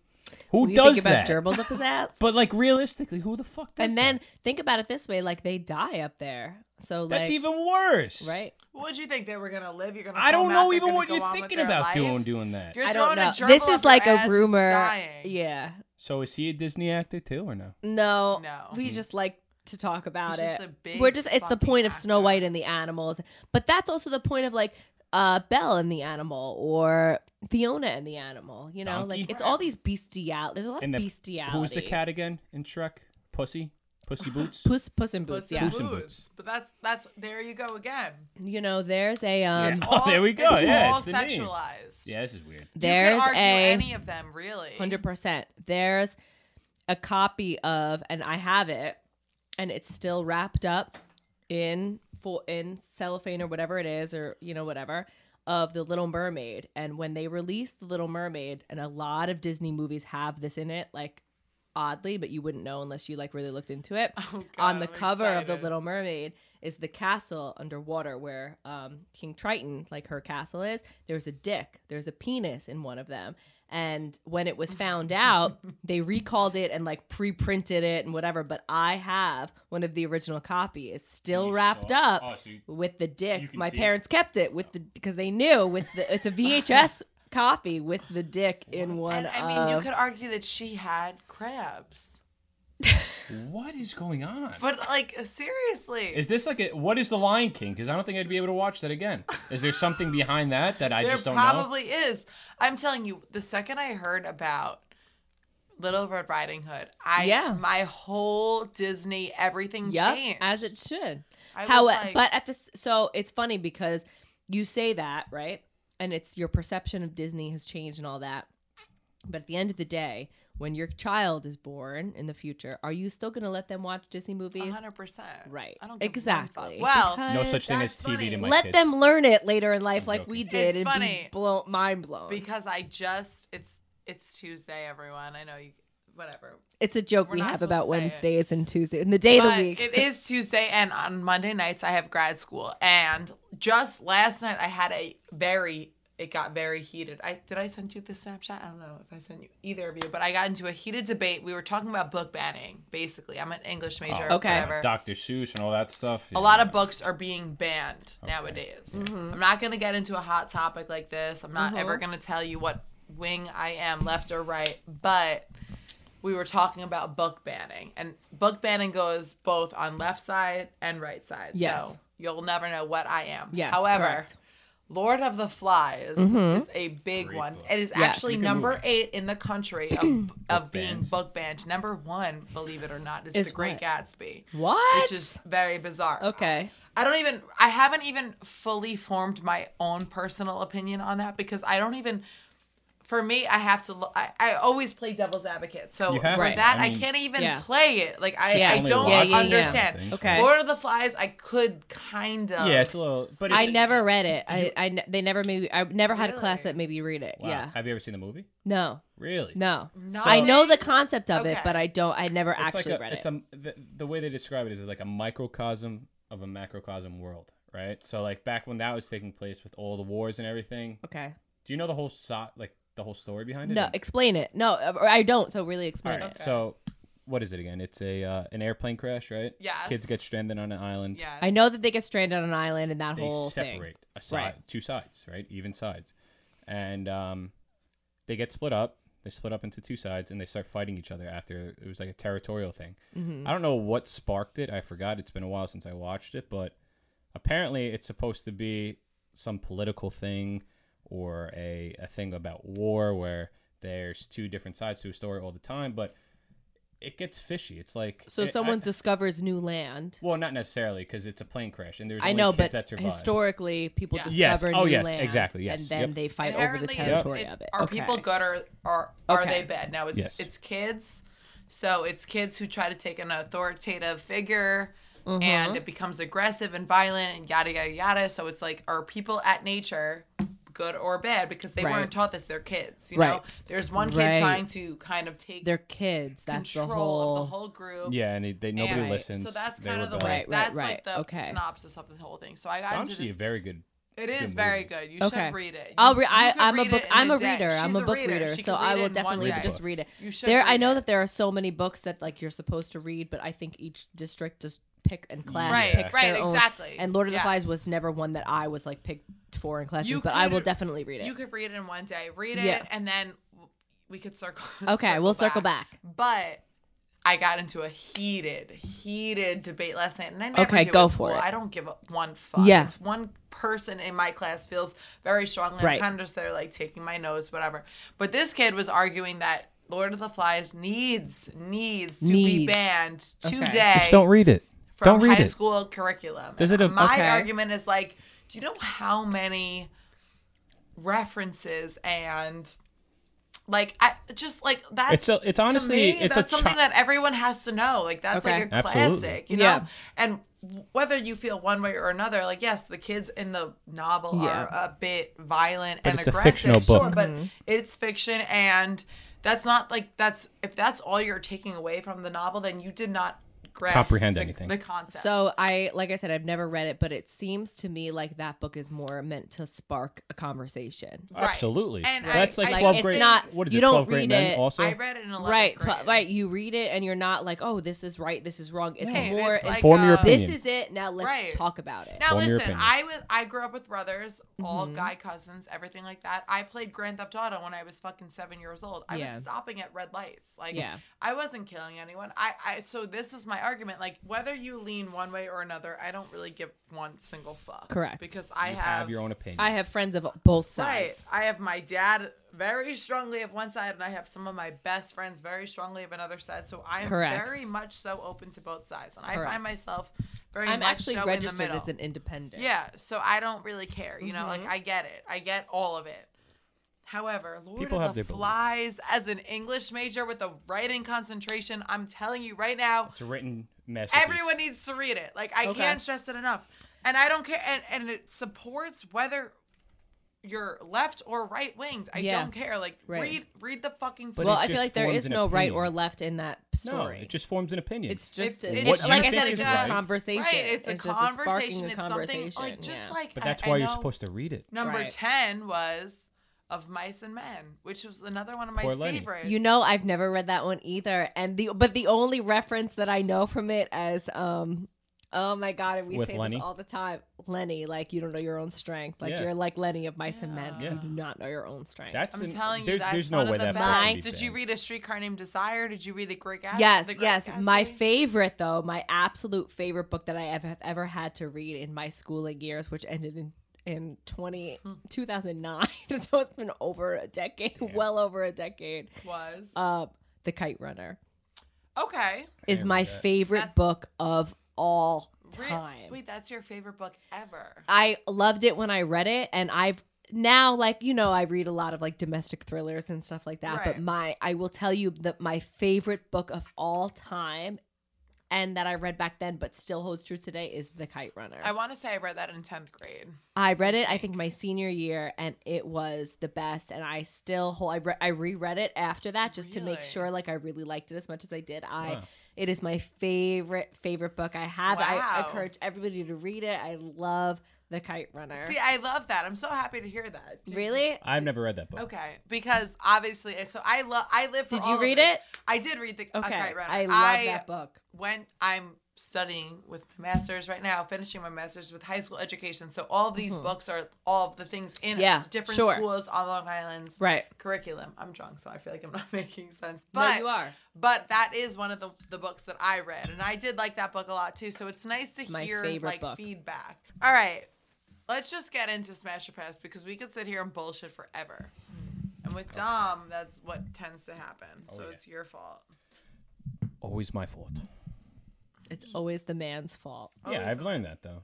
[SPEAKER 3] Who
[SPEAKER 2] When you
[SPEAKER 3] does
[SPEAKER 2] think about
[SPEAKER 3] that?
[SPEAKER 2] gerbils up his ass?
[SPEAKER 3] But like realistically, who the fuck does
[SPEAKER 2] and then think about it this way: like they die up there, so
[SPEAKER 3] that?
[SPEAKER 2] like
[SPEAKER 3] That's even worse.
[SPEAKER 2] right.
[SPEAKER 1] What'd you think they were gonna live? You're gonna.
[SPEAKER 3] I don't
[SPEAKER 1] film
[SPEAKER 3] know
[SPEAKER 1] that,
[SPEAKER 3] even
[SPEAKER 1] they're
[SPEAKER 3] what
[SPEAKER 1] gonna go
[SPEAKER 3] you're
[SPEAKER 1] on with
[SPEAKER 3] thinking
[SPEAKER 1] their
[SPEAKER 3] about
[SPEAKER 1] life?
[SPEAKER 3] doing doing that.
[SPEAKER 1] You're
[SPEAKER 2] I don't
[SPEAKER 1] throwing a
[SPEAKER 2] know.
[SPEAKER 1] gerbil
[SPEAKER 2] This
[SPEAKER 1] up
[SPEAKER 2] is
[SPEAKER 1] your
[SPEAKER 2] like
[SPEAKER 1] ass
[SPEAKER 2] a
[SPEAKER 1] is
[SPEAKER 2] rumor.
[SPEAKER 1] dying.
[SPEAKER 2] Yeah.
[SPEAKER 3] So is he a Disney actor too or no?
[SPEAKER 2] No.
[SPEAKER 1] No.
[SPEAKER 2] We just like to talk about
[SPEAKER 1] He's
[SPEAKER 2] it.
[SPEAKER 1] just a big
[SPEAKER 2] We're just it's the
[SPEAKER 1] fucking
[SPEAKER 2] point of Snow
[SPEAKER 1] actor.
[SPEAKER 2] White and the animals. But that's also the point of like uh Belle and the animal or Fiona and the animal, you know?
[SPEAKER 3] Donkey?
[SPEAKER 2] Like it's all these bestiality. There's a lot
[SPEAKER 3] And
[SPEAKER 2] of
[SPEAKER 3] the-
[SPEAKER 2] bestiality.
[SPEAKER 3] Who's the cat again in Shrek? Pussy?
[SPEAKER 2] [laughs]
[SPEAKER 3] Pussy Boots?
[SPEAKER 2] Puss Puss in Boots,
[SPEAKER 1] Puss
[SPEAKER 2] yeah.
[SPEAKER 1] in
[SPEAKER 3] Puss in
[SPEAKER 1] Boots. But that's that's there you go again.
[SPEAKER 2] You know, there's a um
[SPEAKER 3] Yeah. [laughs] Oh, there we go.
[SPEAKER 1] It's
[SPEAKER 3] yeah,
[SPEAKER 1] all
[SPEAKER 3] it's the name.
[SPEAKER 1] sexualized.
[SPEAKER 3] Yeah, this is weird.
[SPEAKER 1] you
[SPEAKER 2] there's
[SPEAKER 1] can argue
[SPEAKER 2] a
[SPEAKER 1] any of them really.
[SPEAKER 2] Hundred percent. There's a copy of, and I have it, and it's still wrapped up in full in cellophane or whatever it is, or you know whatever of the Little Mermaid. And when they released the Little Mermaid, and a lot of Disney movies have this in it, like oddly, but you wouldn't know unless you like really looked into
[SPEAKER 3] [laughs]
[SPEAKER 2] it.
[SPEAKER 3] Oh,
[SPEAKER 2] On
[SPEAKER 1] God,
[SPEAKER 2] the
[SPEAKER 1] I'm
[SPEAKER 2] cover of the
[SPEAKER 1] excited.
[SPEAKER 2] Little Mermaid is the castle underwater where um, King Triton, like her castle is. There's a dick, there's a penis in one of them. And when it was found
[SPEAKER 3] [laughs]
[SPEAKER 2] out, they recalled it and like pre-printed it and whatever. But I have one of the original copy. It's still
[SPEAKER 3] You
[SPEAKER 2] wrapped
[SPEAKER 3] saw-
[SPEAKER 2] up
[SPEAKER 3] oh, so you-
[SPEAKER 2] with the
[SPEAKER 3] you
[SPEAKER 2] dick.
[SPEAKER 3] can
[SPEAKER 2] My
[SPEAKER 3] see it?
[SPEAKER 2] parents kept it with the because they knew with the
[SPEAKER 3] [laughs]
[SPEAKER 2] it's a VHS copy with the dick in one
[SPEAKER 1] And I mean, you
[SPEAKER 2] of.
[SPEAKER 1] could argue that she had crabs,
[SPEAKER 3] What is going on?
[SPEAKER 1] but like seriously,
[SPEAKER 3] Is this like a what is the Lion King? Because I don't think I'd be able to watch that again. Is there something behind that that I
[SPEAKER 1] there
[SPEAKER 3] just don't know?
[SPEAKER 1] probably is. I'm telling you, the second I heard about Little Red Riding Hood, I
[SPEAKER 2] Yeah.
[SPEAKER 1] my whole Disney everything
[SPEAKER 2] Yep,
[SPEAKER 1] changed.
[SPEAKER 2] as it should.
[SPEAKER 1] I was
[SPEAKER 2] How,
[SPEAKER 1] like-
[SPEAKER 2] but at this, so it's funny because you say that right, and it's your perception of Disney has changed and all that. But at the end of the day, when your child is born in the future, are you still going to let them watch Disney movies?
[SPEAKER 1] hundred percent.
[SPEAKER 2] Right.
[SPEAKER 1] I don't give one
[SPEAKER 2] exactly.
[SPEAKER 1] fuck. Well,
[SPEAKER 2] Because
[SPEAKER 3] No such thing as
[SPEAKER 1] That's
[SPEAKER 3] TV to
[SPEAKER 1] funny.
[SPEAKER 3] my
[SPEAKER 2] let
[SPEAKER 3] kids.
[SPEAKER 2] them learn it later in life,
[SPEAKER 3] I'm
[SPEAKER 2] like
[SPEAKER 3] joking.
[SPEAKER 2] we
[SPEAKER 1] It's
[SPEAKER 2] did, and be
[SPEAKER 1] funny.
[SPEAKER 2] blown, mind blown.
[SPEAKER 1] because I just it's it's Tuesday, everyone. I know you. Whatever.
[SPEAKER 2] it's a joke
[SPEAKER 1] we're
[SPEAKER 2] we
[SPEAKER 1] not
[SPEAKER 2] have
[SPEAKER 1] supposed to
[SPEAKER 2] about
[SPEAKER 1] say it.
[SPEAKER 2] Wednesdays and Tuesdays and the day of
[SPEAKER 1] But
[SPEAKER 2] the week.
[SPEAKER 1] it is Tuesday, and on Monday nights I have grad school. And just last night I had a very it got very heated. I did I send you the Snapchat? I don't know if I sent you either of you, but I got into a heated debate. We were talking about book banning. Basically, I'm an English major.
[SPEAKER 2] okay.
[SPEAKER 1] Whatever.
[SPEAKER 3] Dr. Seuss and all that stuff.
[SPEAKER 1] A lot of books are being banned nowadays.
[SPEAKER 2] Mm-hmm.
[SPEAKER 1] I'm not going to get into a hot topic like this. I'm not ever going to tell you what wing I am, left or right, but we were talking about book banning. And book banning goes both on left side and right side. So
[SPEAKER 2] Yes.
[SPEAKER 1] you'll never know what I am.
[SPEAKER 2] Yes,
[SPEAKER 1] However,
[SPEAKER 2] correct. Mm-hmm.
[SPEAKER 1] Lord of the Flies is a big
[SPEAKER 3] Great
[SPEAKER 1] one.
[SPEAKER 3] book.
[SPEAKER 1] It is
[SPEAKER 2] Yes.
[SPEAKER 1] actually
[SPEAKER 3] Good
[SPEAKER 1] number
[SPEAKER 3] movie.
[SPEAKER 1] eight in the country
[SPEAKER 2] [coughs]
[SPEAKER 1] of, of being
[SPEAKER 3] bans.
[SPEAKER 1] book banned. Number one, believe it or not, is,
[SPEAKER 2] Is
[SPEAKER 1] The Great
[SPEAKER 2] what?
[SPEAKER 1] Gatsby
[SPEAKER 2] What?
[SPEAKER 1] which is very bizarre.
[SPEAKER 2] okay.
[SPEAKER 1] I don't even I haven't even fully formed my own personal opinion on that because I don't even for me I have to lo- I, I always play devil's advocate. So
[SPEAKER 3] You
[SPEAKER 1] for
[SPEAKER 3] have
[SPEAKER 1] that
[SPEAKER 3] to.
[SPEAKER 1] I,
[SPEAKER 3] I mean-
[SPEAKER 1] can't even
[SPEAKER 2] Yeah.
[SPEAKER 1] play it. Like I,
[SPEAKER 2] Yeah.
[SPEAKER 1] I
[SPEAKER 2] Only
[SPEAKER 1] don't
[SPEAKER 2] Yeah, yeah, yeah.
[SPEAKER 1] understand.
[SPEAKER 2] Okay.
[SPEAKER 1] Lord of the Flies I could kind of
[SPEAKER 3] Yeah, it's a little. But
[SPEAKER 2] I
[SPEAKER 3] it's-
[SPEAKER 2] never read it. I, I ne- they never made. I never had a class
[SPEAKER 1] Really?
[SPEAKER 2] that made me read it.
[SPEAKER 3] Wow.
[SPEAKER 2] Yeah.
[SPEAKER 3] Have you ever seen the movie?
[SPEAKER 2] No.
[SPEAKER 3] Really?
[SPEAKER 2] No.
[SPEAKER 1] No.
[SPEAKER 2] I know the concept of it,
[SPEAKER 1] Okay.
[SPEAKER 2] but I don't. I never
[SPEAKER 3] It's
[SPEAKER 2] actually
[SPEAKER 3] like a,
[SPEAKER 2] read
[SPEAKER 3] it's
[SPEAKER 2] it.
[SPEAKER 3] a the, the way they describe it is like a microcosm of a macrocosm world, right? So like back when that was taking place with all the wars and everything.
[SPEAKER 2] okay.
[SPEAKER 3] Do you know the whole so- like the whole story behind it?
[SPEAKER 2] No,
[SPEAKER 3] Or-
[SPEAKER 2] explain it. No, or I don't. So really explain
[SPEAKER 3] Alright,
[SPEAKER 2] it.
[SPEAKER 3] So, what is it again? It's a uh, an airplane crash, right?
[SPEAKER 1] Yes.
[SPEAKER 3] Kids get stranded on an island.
[SPEAKER 1] Yes.
[SPEAKER 2] I know that they get stranded on an island and that
[SPEAKER 3] They
[SPEAKER 2] whole
[SPEAKER 3] separate
[SPEAKER 2] thing.
[SPEAKER 3] a side,
[SPEAKER 2] Right.
[SPEAKER 3] two sides, right? Even sides, and um, they get split up. They split up into two sides, and they start fighting each other. After it was like a territorial thing.
[SPEAKER 2] Mm-hmm.
[SPEAKER 3] I don't know what sparked it. I forgot. It's been a while since I watched it, but apparently it's supposed to be some political thing or a, a thing about war where there's two different sides to a story all the time, but it gets fishy. It's like
[SPEAKER 2] So
[SPEAKER 3] I- I-
[SPEAKER 2] someone discovers new land.
[SPEAKER 3] well, not necessarily because it's a plane crash and there's
[SPEAKER 2] I
[SPEAKER 3] only
[SPEAKER 2] know,
[SPEAKER 3] kids
[SPEAKER 2] but
[SPEAKER 3] that survive.
[SPEAKER 2] historically, people
[SPEAKER 1] Yes.
[SPEAKER 3] Yes.
[SPEAKER 2] discover
[SPEAKER 3] Oh,
[SPEAKER 2] new
[SPEAKER 3] yes,
[SPEAKER 2] land,
[SPEAKER 3] exactly, yes.
[SPEAKER 2] and then
[SPEAKER 3] Yep.
[SPEAKER 2] they fight over the
[SPEAKER 1] Apparently, it's-
[SPEAKER 2] territory
[SPEAKER 1] it's-
[SPEAKER 2] of it.
[SPEAKER 1] Are
[SPEAKER 2] okay.
[SPEAKER 1] people good or are are
[SPEAKER 2] Okay.
[SPEAKER 1] they bad? Now it's
[SPEAKER 3] Yes.
[SPEAKER 1] it's kids, so it's kids who try to take an authoritative figure,
[SPEAKER 2] Mm-hmm.
[SPEAKER 1] and it becomes aggressive and violent and yada yada yada. So it's like, are people at nature good or bad? Because they
[SPEAKER 2] Right.
[SPEAKER 1] weren't taught this. They're kids, you know.
[SPEAKER 2] Right.
[SPEAKER 1] There's one kid
[SPEAKER 2] Right.
[SPEAKER 1] trying to kind of take
[SPEAKER 2] They're kids. That's
[SPEAKER 1] control
[SPEAKER 2] the whole.
[SPEAKER 1] of the whole group.
[SPEAKER 3] Yeah, and they, they nobody
[SPEAKER 1] and-
[SPEAKER 3] listens.
[SPEAKER 1] So that's
[SPEAKER 3] They
[SPEAKER 1] kind of the
[SPEAKER 3] rebel.
[SPEAKER 1] way.
[SPEAKER 2] Right, right,
[SPEAKER 1] that's like
[SPEAKER 2] right.
[SPEAKER 1] the
[SPEAKER 2] Okay.
[SPEAKER 1] synopsis of the whole thing. So I got
[SPEAKER 3] It's
[SPEAKER 1] into
[SPEAKER 3] honestly
[SPEAKER 1] this
[SPEAKER 3] a very good.
[SPEAKER 1] it is
[SPEAKER 3] good
[SPEAKER 1] very
[SPEAKER 3] movie.
[SPEAKER 1] good. You
[SPEAKER 2] Okay.
[SPEAKER 1] should read it.
[SPEAKER 2] I'll
[SPEAKER 1] You-
[SPEAKER 2] read.
[SPEAKER 1] you
[SPEAKER 2] I,
[SPEAKER 1] could
[SPEAKER 2] I'm a
[SPEAKER 1] read
[SPEAKER 2] book.
[SPEAKER 1] it in
[SPEAKER 2] I'm a
[SPEAKER 1] day.
[SPEAKER 2] reader. I'm
[SPEAKER 1] She's
[SPEAKER 2] a book reader,
[SPEAKER 1] She
[SPEAKER 2] so
[SPEAKER 1] can read
[SPEAKER 2] I
[SPEAKER 1] it
[SPEAKER 2] will
[SPEAKER 1] in one
[SPEAKER 2] definitely
[SPEAKER 1] day.
[SPEAKER 2] just read it.
[SPEAKER 1] You should
[SPEAKER 2] There, I
[SPEAKER 1] read
[SPEAKER 2] know
[SPEAKER 1] it.
[SPEAKER 2] that there are so many books that like you're supposed to read, but I think each district just pick and class
[SPEAKER 1] Right,
[SPEAKER 2] picks
[SPEAKER 1] right,
[SPEAKER 2] their own.
[SPEAKER 1] exactly.
[SPEAKER 2] And Lord of the
[SPEAKER 1] Yes.
[SPEAKER 2] Flies was never one that I was like picked for in classes,
[SPEAKER 1] You
[SPEAKER 2] but I will
[SPEAKER 1] could-
[SPEAKER 2] definitely read it.
[SPEAKER 1] You could read it in one day. Read it,
[SPEAKER 2] Yeah.
[SPEAKER 1] and then w- we could circle. [laughs]
[SPEAKER 2] okay, we'll circle back.
[SPEAKER 1] But I got into a heated, heated debate last night, and I never
[SPEAKER 2] Okay,
[SPEAKER 1] do
[SPEAKER 2] go
[SPEAKER 1] at
[SPEAKER 2] for
[SPEAKER 1] school.
[SPEAKER 2] it.
[SPEAKER 1] I don't give a one fuck.
[SPEAKER 2] Yeah.
[SPEAKER 1] If one person in my class feels very strongly,
[SPEAKER 2] Right.
[SPEAKER 1] I'm kind of just there, like taking my notes, whatever. But this kid was arguing that. Lord of the Flies needs needs to be
[SPEAKER 2] Needs.
[SPEAKER 1] banned
[SPEAKER 2] Okay.
[SPEAKER 1] today
[SPEAKER 3] Just don't read it.
[SPEAKER 1] from
[SPEAKER 3] don't read
[SPEAKER 1] high
[SPEAKER 3] it.
[SPEAKER 1] school curriculum.
[SPEAKER 3] Does it a-
[SPEAKER 1] My
[SPEAKER 2] okay.
[SPEAKER 1] argument is like, do you know how many references and like I just like that's
[SPEAKER 3] It's a- it's
[SPEAKER 1] to
[SPEAKER 3] honestly-
[SPEAKER 1] me,
[SPEAKER 3] it's a
[SPEAKER 1] that's something
[SPEAKER 3] chi-
[SPEAKER 1] that everyone has to know. Like that's
[SPEAKER 2] Okay.
[SPEAKER 1] like a
[SPEAKER 3] Absolutely.
[SPEAKER 1] classic, you know.
[SPEAKER 2] Yeah.
[SPEAKER 1] And whether you feel one way or another, like yes, the kids in the novel
[SPEAKER 2] Yeah. Mm-hmm.
[SPEAKER 1] are a bit violent and
[SPEAKER 3] it's a
[SPEAKER 1] aggressive,
[SPEAKER 3] fictional
[SPEAKER 1] sure,
[SPEAKER 3] book.
[SPEAKER 1] but it's fiction and that's not like that's if that's all you're taking away from the novel, then you did not grasp
[SPEAKER 3] Comprehend
[SPEAKER 1] the-
[SPEAKER 3] anything.
[SPEAKER 1] The concept.
[SPEAKER 2] So I, like I said, I've never read it, but it seems to me like that book is more meant to spark a conversation.
[SPEAKER 1] Right.
[SPEAKER 3] Absolutely.
[SPEAKER 1] And
[SPEAKER 3] that's
[SPEAKER 1] I-
[SPEAKER 3] like
[SPEAKER 1] I
[SPEAKER 3] 12th
[SPEAKER 1] just
[SPEAKER 3] grade.
[SPEAKER 1] think- It's
[SPEAKER 2] not-
[SPEAKER 3] what is
[SPEAKER 2] you
[SPEAKER 3] it?
[SPEAKER 2] don't
[SPEAKER 3] 12th grade
[SPEAKER 2] read
[SPEAKER 3] men
[SPEAKER 2] it.
[SPEAKER 3] also.
[SPEAKER 1] I read it in 11th
[SPEAKER 2] right,
[SPEAKER 1] grade.
[SPEAKER 2] tw- right. You read it and you're not like, oh, this is right, this is wrong. It's
[SPEAKER 1] Right,
[SPEAKER 2] more.
[SPEAKER 1] it's like,
[SPEAKER 3] Form your
[SPEAKER 1] uh,
[SPEAKER 3] opinion.
[SPEAKER 2] This is it. Now let's
[SPEAKER 1] Right.
[SPEAKER 2] talk about it.
[SPEAKER 1] Now
[SPEAKER 3] Form your
[SPEAKER 1] listen,
[SPEAKER 3] opinion.
[SPEAKER 1] I was I grew up with brothers, all
[SPEAKER 2] Mm-hmm.
[SPEAKER 1] guy cousins, everything like that. I played Grand Theft Auto when I was fucking seven years old. I
[SPEAKER 2] Yeah.
[SPEAKER 1] was stopping at red lights. Like
[SPEAKER 2] Yeah.
[SPEAKER 1] I wasn't killing anyone. I, I so this is my argument. Like whether you lean one way or another, I don't really give one single fuck.
[SPEAKER 2] Correct.
[SPEAKER 1] Because I
[SPEAKER 3] You
[SPEAKER 1] have,
[SPEAKER 3] have your own opinion.
[SPEAKER 2] I have friends of both
[SPEAKER 1] Right.
[SPEAKER 2] sides.
[SPEAKER 1] I have my dad very strongly of one side, and I have some of my best friends very strongly of another side. So I am
[SPEAKER 2] Correct.
[SPEAKER 1] very much so open to both sides, and I
[SPEAKER 2] Correct.
[SPEAKER 1] find myself very
[SPEAKER 2] I'm
[SPEAKER 1] much
[SPEAKER 2] actually
[SPEAKER 1] so in the
[SPEAKER 2] registered
[SPEAKER 1] middle.
[SPEAKER 2] as an Mm-hmm. independent.
[SPEAKER 1] yeah, so I don't really care. You know, like I get it. I get all of it. However, Lord
[SPEAKER 3] People
[SPEAKER 1] of
[SPEAKER 3] have
[SPEAKER 1] the
[SPEAKER 3] their beliefs.
[SPEAKER 1] Flies, as an English major with a writing concentration, I'm telling you right now,
[SPEAKER 3] it's a written message.
[SPEAKER 1] everyone needs to read it. Like I
[SPEAKER 2] Okay.
[SPEAKER 1] can't stress it enough. And I don't care and, and it supports whether you're left or right winged. I
[SPEAKER 2] Yeah.
[SPEAKER 1] don't care. Like
[SPEAKER 2] Right.
[SPEAKER 1] read read the fucking
[SPEAKER 3] But
[SPEAKER 1] story.
[SPEAKER 2] well,
[SPEAKER 3] it
[SPEAKER 2] I feel
[SPEAKER 3] just
[SPEAKER 2] like there
[SPEAKER 3] forms
[SPEAKER 2] is
[SPEAKER 3] an
[SPEAKER 2] no right or
[SPEAKER 3] opinion.
[SPEAKER 2] left in that
[SPEAKER 3] No,
[SPEAKER 2] story.
[SPEAKER 3] it just forms an opinion.
[SPEAKER 2] it's just,
[SPEAKER 1] It-
[SPEAKER 2] a,
[SPEAKER 1] it's
[SPEAKER 2] it's,
[SPEAKER 3] What
[SPEAKER 2] like
[SPEAKER 3] you
[SPEAKER 2] I said,
[SPEAKER 3] think
[SPEAKER 2] it's
[SPEAKER 3] is
[SPEAKER 2] just
[SPEAKER 3] right.
[SPEAKER 2] a conversation.
[SPEAKER 1] Right, it's, a
[SPEAKER 2] just
[SPEAKER 1] conversation.
[SPEAKER 2] sparking a
[SPEAKER 1] it's
[SPEAKER 2] conversation.
[SPEAKER 1] something like just
[SPEAKER 2] yeah.
[SPEAKER 1] like.
[SPEAKER 3] but
[SPEAKER 1] I-
[SPEAKER 3] that's
[SPEAKER 1] I
[SPEAKER 3] why you're
[SPEAKER 1] know
[SPEAKER 3] supposed to read it.
[SPEAKER 1] Number
[SPEAKER 2] Right.
[SPEAKER 1] ten was of mice and men, which was another one of my
[SPEAKER 3] Poor Lenny.
[SPEAKER 1] favorites.
[SPEAKER 2] You know, I've never read that one either. And the but the only reference that I know from it as um oh my god, and we
[SPEAKER 3] With
[SPEAKER 2] say
[SPEAKER 3] Lenny?
[SPEAKER 2] this all the time. Lenny, like you don't know your own strength. Like
[SPEAKER 3] Yeah.
[SPEAKER 2] you're like Lenny of Mice and Men because
[SPEAKER 1] Yeah.
[SPEAKER 2] you do not know your own strength.
[SPEAKER 3] That's
[SPEAKER 1] I'm
[SPEAKER 3] an-
[SPEAKER 1] telling you,
[SPEAKER 3] there-
[SPEAKER 1] that's
[SPEAKER 3] there's
[SPEAKER 1] one
[SPEAKER 3] no way
[SPEAKER 1] of the
[SPEAKER 3] that
[SPEAKER 2] best.
[SPEAKER 3] Could be
[SPEAKER 1] Did you
[SPEAKER 3] bad.
[SPEAKER 1] read A Streetcar Named Desire? Did you read A Great Gatsby?
[SPEAKER 2] yes,
[SPEAKER 1] The Great
[SPEAKER 2] yes. My
[SPEAKER 1] Gatsby?
[SPEAKER 2] favorite though, my absolute favorite book that I ever have ever had to read in my schooling years, which ended in in 20,
[SPEAKER 1] Hmm.
[SPEAKER 2] 2009 [laughs] so it's been over a decade well over a decade
[SPEAKER 1] was
[SPEAKER 2] uh the kite runner
[SPEAKER 1] okay.
[SPEAKER 2] is my favorite
[SPEAKER 1] That's-
[SPEAKER 2] book of all
[SPEAKER 1] Re-
[SPEAKER 2] time.
[SPEAKER 1] Wait, that's your favorite book ever.
[SPEAKER 2] I loved it when I read it, and I've now like you know I read a lot of like domestic thrillers and stuff like that.
[SPEAKER 1] Right.
[SPEAKER 2] But my I will tell you that my favorite book of all time, and that I read back then, but still holds true today, is The Kite Runner.
[SPEAKER 1] I want to say I read that in tenth grade.
[SPEAKER 2] I read it, I think, my senior year, and it was the best. And I still hold. I, re- I reread it after that just to make
[SPEAKER 1] Really?
[SPEAKER 2] sure, like, I really liked it as much as I did. I
[SPEAKER 3] Wow.
[SPEAKER 2] it is my favorite favorite book I have. I
[SPEAKER 1] Wow.
[SPEAKER 2] encourage everybody to read it. I love The Kite Runner.
[SPEAKER 1] See, I love that. I'm so happy to hear that. Did-
[SPEAKER 2] really?
[SPEAKER 3] I've never read that book.
[SPEAKER 1] Okay, because obviously, so I love. I live. For
[SPEAKER 2] Did you
[SPEAKER 1] all of
[SPEAKER 2] read
[SPEAKER 1] this.
[SPEAKER 2] it?
[SPEAKER 1] I did read the.
[SPEAKER 2] Okay,
[SPEAKER 1] Okay,
[SPEAKER 2] I love that book.
[SPEAKER 1] When I'm studying with my master's right now, finishing my master's with high school education, so all of these books are all of the things in
[SPEAKER 2] Mm-hmm. Yeah,
[SPEAKER 1] different
[SPEAKER 2] sure.
[SPEAKER 1] schools on Long Island's
[SPEAKER 2] Right.
[SPEAKER 1] curriculum. I'm drunk, so I feel like I'm not [laughs] making sense.
[SPEAKER 2] No,
[SPEAKER 1] But
[SPEAKER 2] you are.
[SPEAKER 1] But that is one of the, the books that I read, and I did like that book a lot too. So it's nice to
[SPEAKER 2] my
[SPEAKER 1] hear
[SPEAKER 2] favorite
[SPEAKER 1] like
[SPEAKER 2] book.
[SPEAKER 1] feedback. All right, let's just get into Smash or Pass because we could sit here and bullshit forever. And with Dom, that's what tends to happen. so
[SPEAKER 3] Oh, yeah.
[SPEAKER 1] it's your fault.
[SPEAKER 3] Always my fault.
[SPEAKER 2] It's always the man's fault.
[SPEAKER 3] yeah, I've learned that though.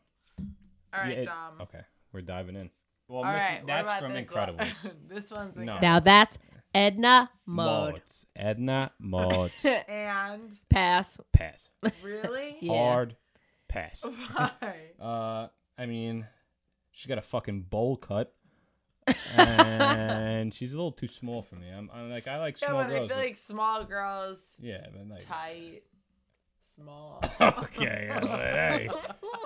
[SPEAKER 1] All right,
[SPEAKER 3] Yeah, it-
[SPEAKER 1] Dom.
[SPEAKER 3] Okay, we're diving in. Well,
[SPEAKER 1] All
[SPEAKER 3] this-
[SPEAKER 1] right, what
[SPEAKER 3] that's
[SPEAKER 1] about
[SPEAKER 3] from
[SPEAKER 1] this
[SPEAKER 3] Incredibles.
[SPEAKER 1] One? [laughs] this one's
[SPEAKER 3] No.
[SPEAKER 1] Incredibles.
[SPEAKER 2] Now that's Edna Mode.
[SPEAKER 3] Mods. Edna Mods.
[SPEAKER 1] And
[SPEAKER 2] Pass.
[SPEAKER 3] pass. [laughs]
[SPEAKER 1] really,
[SPEAKER 2] Yeah.
[SPEAKER 3] Hard pass.
[SPEAKER 1] why?
[SPEAKER 3] Uh, I mean, she's got a fucking bowl cut, and she's a little too small for me. I'm, I'm like, I like
[SPEAKER 1] Yeah,
[SPEAKER 3] small
[SPEAKER 1] but I
[SPEAKER 3] girls.
[SPEAKER 1] feel
[SPEAKER 3] but-
[SPEAKER 1] like small girls,
[SPEAKER 3] yeah, but like,
[SPEAKER 1] tight,
[SPEAKER 3] [laughs]
[SPEAKER 1] small.
[SPEAKER 3] okay, yeah, but hey.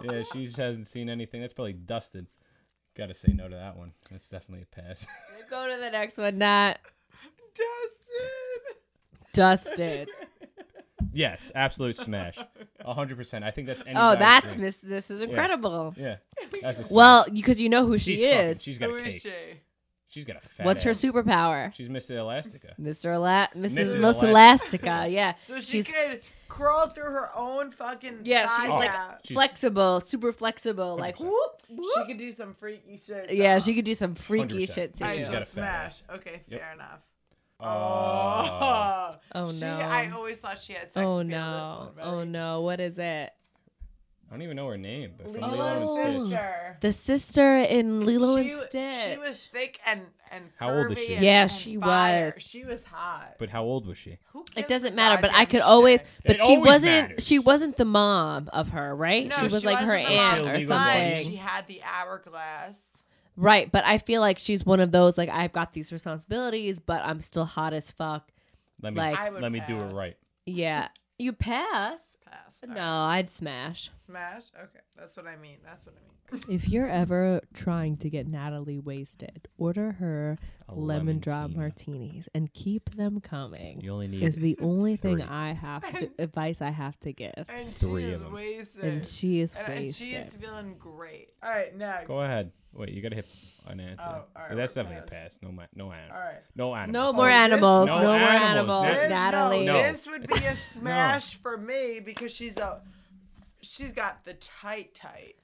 [SPEAKER 3] yeah, she just hasn't seen anything. That's probably dusted. Got to say no to that one. That's definitely a pass. [laughs]
[SPEAKER 2] Go to the next one, not
[SPEAKER 1] Dustin.
[SPEAKER 3] [laughs]
[SPEAKER 2] dusted.
[SPEAKER 3] yes, absolute smash, hundred percent. I think that's any.
[SPEAKER 2] oh,
[SPEAKER 3] guy's
[SPEAKER 2] that's
[SPEAKER 3] dream.
[SPEAKER 2] Miss. This is incredible.
[SPEAKER 3] Yeah, that's a
[SPEAKER 2] [laughs]
[SPEAKER 3] smash.
[SPEAKER 2] Well, because you know who she
[SPEAKER 3] she's fucking-
[SPEAKER 2] is.
[SPEAKER 3] she's got
[SPEAKER 1] Who
[SPEAKER 3] a
[SPEAKER 1] is
[SPEAKER 3] cake.
[SPEAKER 1] she?
[SPEAKER 3] She's got a fat.
[SPEAKER 2] What's her
[SPEAKER 3] ass.
[SPEAKER 2] superpower?
[SPEAKER 3] She's Miss Elastica.
[SPEAKER 2] Mr. La- Mrs.
[SPEAKER 3] Mrs.
[SPEAKER 2] Miss
[SPEAKER 3] Elastica.
[SPEAKER 2] Elastica. Yeah.
[SPEAKER 1] So she
[SPEAKER 2] she's
[SPEAKER 1] could crawl through her own fucking.
[SPEAKER 2] yeah, she's
[SPEAKER 1] thigh
[SPEAKER 2] like
[SPEAKER 1] gap.
[SPEAKER 3] She's-
[SPEAKER 2] flexible, super flexible, like
[SPEAKER 3] 100%.
[SPEAKER 2] whoop,
[SPEAKER 1] she
[SPEAKER 2] whoop.
[SPEAKER 1] could do some freaky shit.
[SPEAKER 2] yeah,
[SPEAKER 1] dog.
[SPEAKER 2] she could do some freaky
[SPEAKER 3] 100%.
[SPEAKER 2] shit too.
[SPEAKER 1] I
[SPEAKER 3] She's
[SPEAKER 1] know,
[SPEAKER 3] got a fat
[SPEAKER 1] smash.
[SPEAKER 3] ass.
[SPEAKER 1] Okay,
[SPEAKER 3] Yep.
[SPEAKER 1] fair enough.
[SPEAKER 3] Oh.
[SPEAKER 1] [laughs]
[SPEAKER 2] Oh,
[SPEAKER 1] she,
[SPEAKER 2] no.
[SPEAKER 1] I always thought she had sex.
[SPEAKER 2] oh
[SPEAKER 1] appeal,
[SPEAKER 2] no.
[SPEAKER 1] This one,
[SPEAKER 2] Oh
[SPEAKER 1] really.
[SPEAKER 2] no, what is it?
[SPEAKER 3] I don't even know her name, but from
[SPEAKER 1] Lilo's
[SPEAKER 3] Lilo and Stitch.
[SPEAKER 1] sister.
[SPEAKER 2] The sister in Lilo
[SPEAKER 1] she,
[SPEAKER 2] and
[SPEAKER 1] w-
[SPEAKER 2] Stitch.
[SPEAKER 1] She was thick and and
[SPEAKER 3] How old is
[SPEAKER 1] curvy
[SPEAKER 3] she?
[SPEAKER 1] and-
[SPEAKER 2] Yeah,
[SPEAKER 1] and
[SPEAKER 2] she
[SPEAKER 1] fire.
[SPEAKER 2] was.
[SPEAKER 1] She was hot.
[SPEAKER 3] But how old was she?
[SPEAKER 1] Who gives
[SPEAKER 2] it
[SPEAKER 1] a
[SPEAKER 2] doesn't matter, but I
[SPEAKER 1] goddamn
[SPEAKER 2] could
[SPEAKER 1] shit?
[SPEAKER 2] always but
[SPEAKER 3] It
[SPEAKER 2] she
[SPEAKER 3] always
[SPEAKER 2] wasn't
[SPEAKER 3] matters.
[SPEAKER 2] she wasn't the mom of her, right?
[SPEAKER 1] No,
[SPEAKER 2] she was like her
[SPEAKER 1] wasn't the
[SPEAKER 2] aunt
[SPEAKER 1] mom,
[SPEAKER 2] or
[SPEAKER 3] Illegal
[SPEAKER 2] something.
[SPEAKER 1] But she had the hourglass.
[SPEAKER 2] Right, but I feel like she's one of those like I've got these responsibilities, but I'm still hot as fuck.
[SPEAKER 3] Let me
[SPEAKER 2] Like-
[SPEAKER 1] I would
[SPEAKER 3] let me do it
[SPEAKER 1] pass.
[SPEAKER 3] right.
[SPEAKER 2] Yeah. You pass?
[SPEAKER 1] Pass. All right.
[SPEAKER 2] No, I'd smash.
[SPEAKER 1] Smash. Okay, that's what I mean. That's what I mean.
[SPEAKER 2] If you're ever trying to get Natalie wasted, order her
[SPEAKER 3] A
[SPEAKER 2] lemon drop
[SPEAKER 3] lemontina.
[SPEAKER 2] martinis and keep them coming.
[SPEAKER 3] You only need
[SPEAKER 2] is the only thing
[SPEAKER 3] three.
[SPEAKER 2] I have
[SPEAKER 1] [laughs]
[SPEAKER 2] to advice I have to give.
[SPEAKER 1] And
[SPEAKER 3] Three
[SPEAKER 1] she
[SPEAKER 3] of
[SPEAKER 1] is
[SPEAKER 3] them.
[SPEAKER 1] wasted.
[SPEAKER 2] And she is
[SPEAKER 1] And- and
[SPEAKER 2] wasted.
[SPEAKER 1] she is feeling great. All right, next.
[SPEAKER 3] Go ahead. Wait, you gotta hit an answer.
[SPEAKER 1] Oh, all right,
[SPEAKER 3] that's
[SPEAKER 1] we're
[SPEAKER 3] definitely a
[SPEAKER 1] pass.
[SPEAKER 3] pass. No, ma- no animal.
[SPEAKER 1] All right.
[SPEAKER 3] No
[SPEAKER 2] no
[SPEAKER 3] animal.
[SPEAKER 2] more
[SPEAKER 1] this-
[SPEAKER 2] animals.
[SPEAKER 1] No
[SPEAKER 2] No, more animals,
[SPEAKER 3] animals. This-
[SPEAKER 1] This,
[SPEAKER 2] Oh, Natalie.
[SPEAKER 1] No,
[SPEAKER 3] No.
[SPEAKER 1] this would be
[SPEAKER 3] [laughs]
[SPEAKER 1] a smash for me because she's a she's got the tight tight.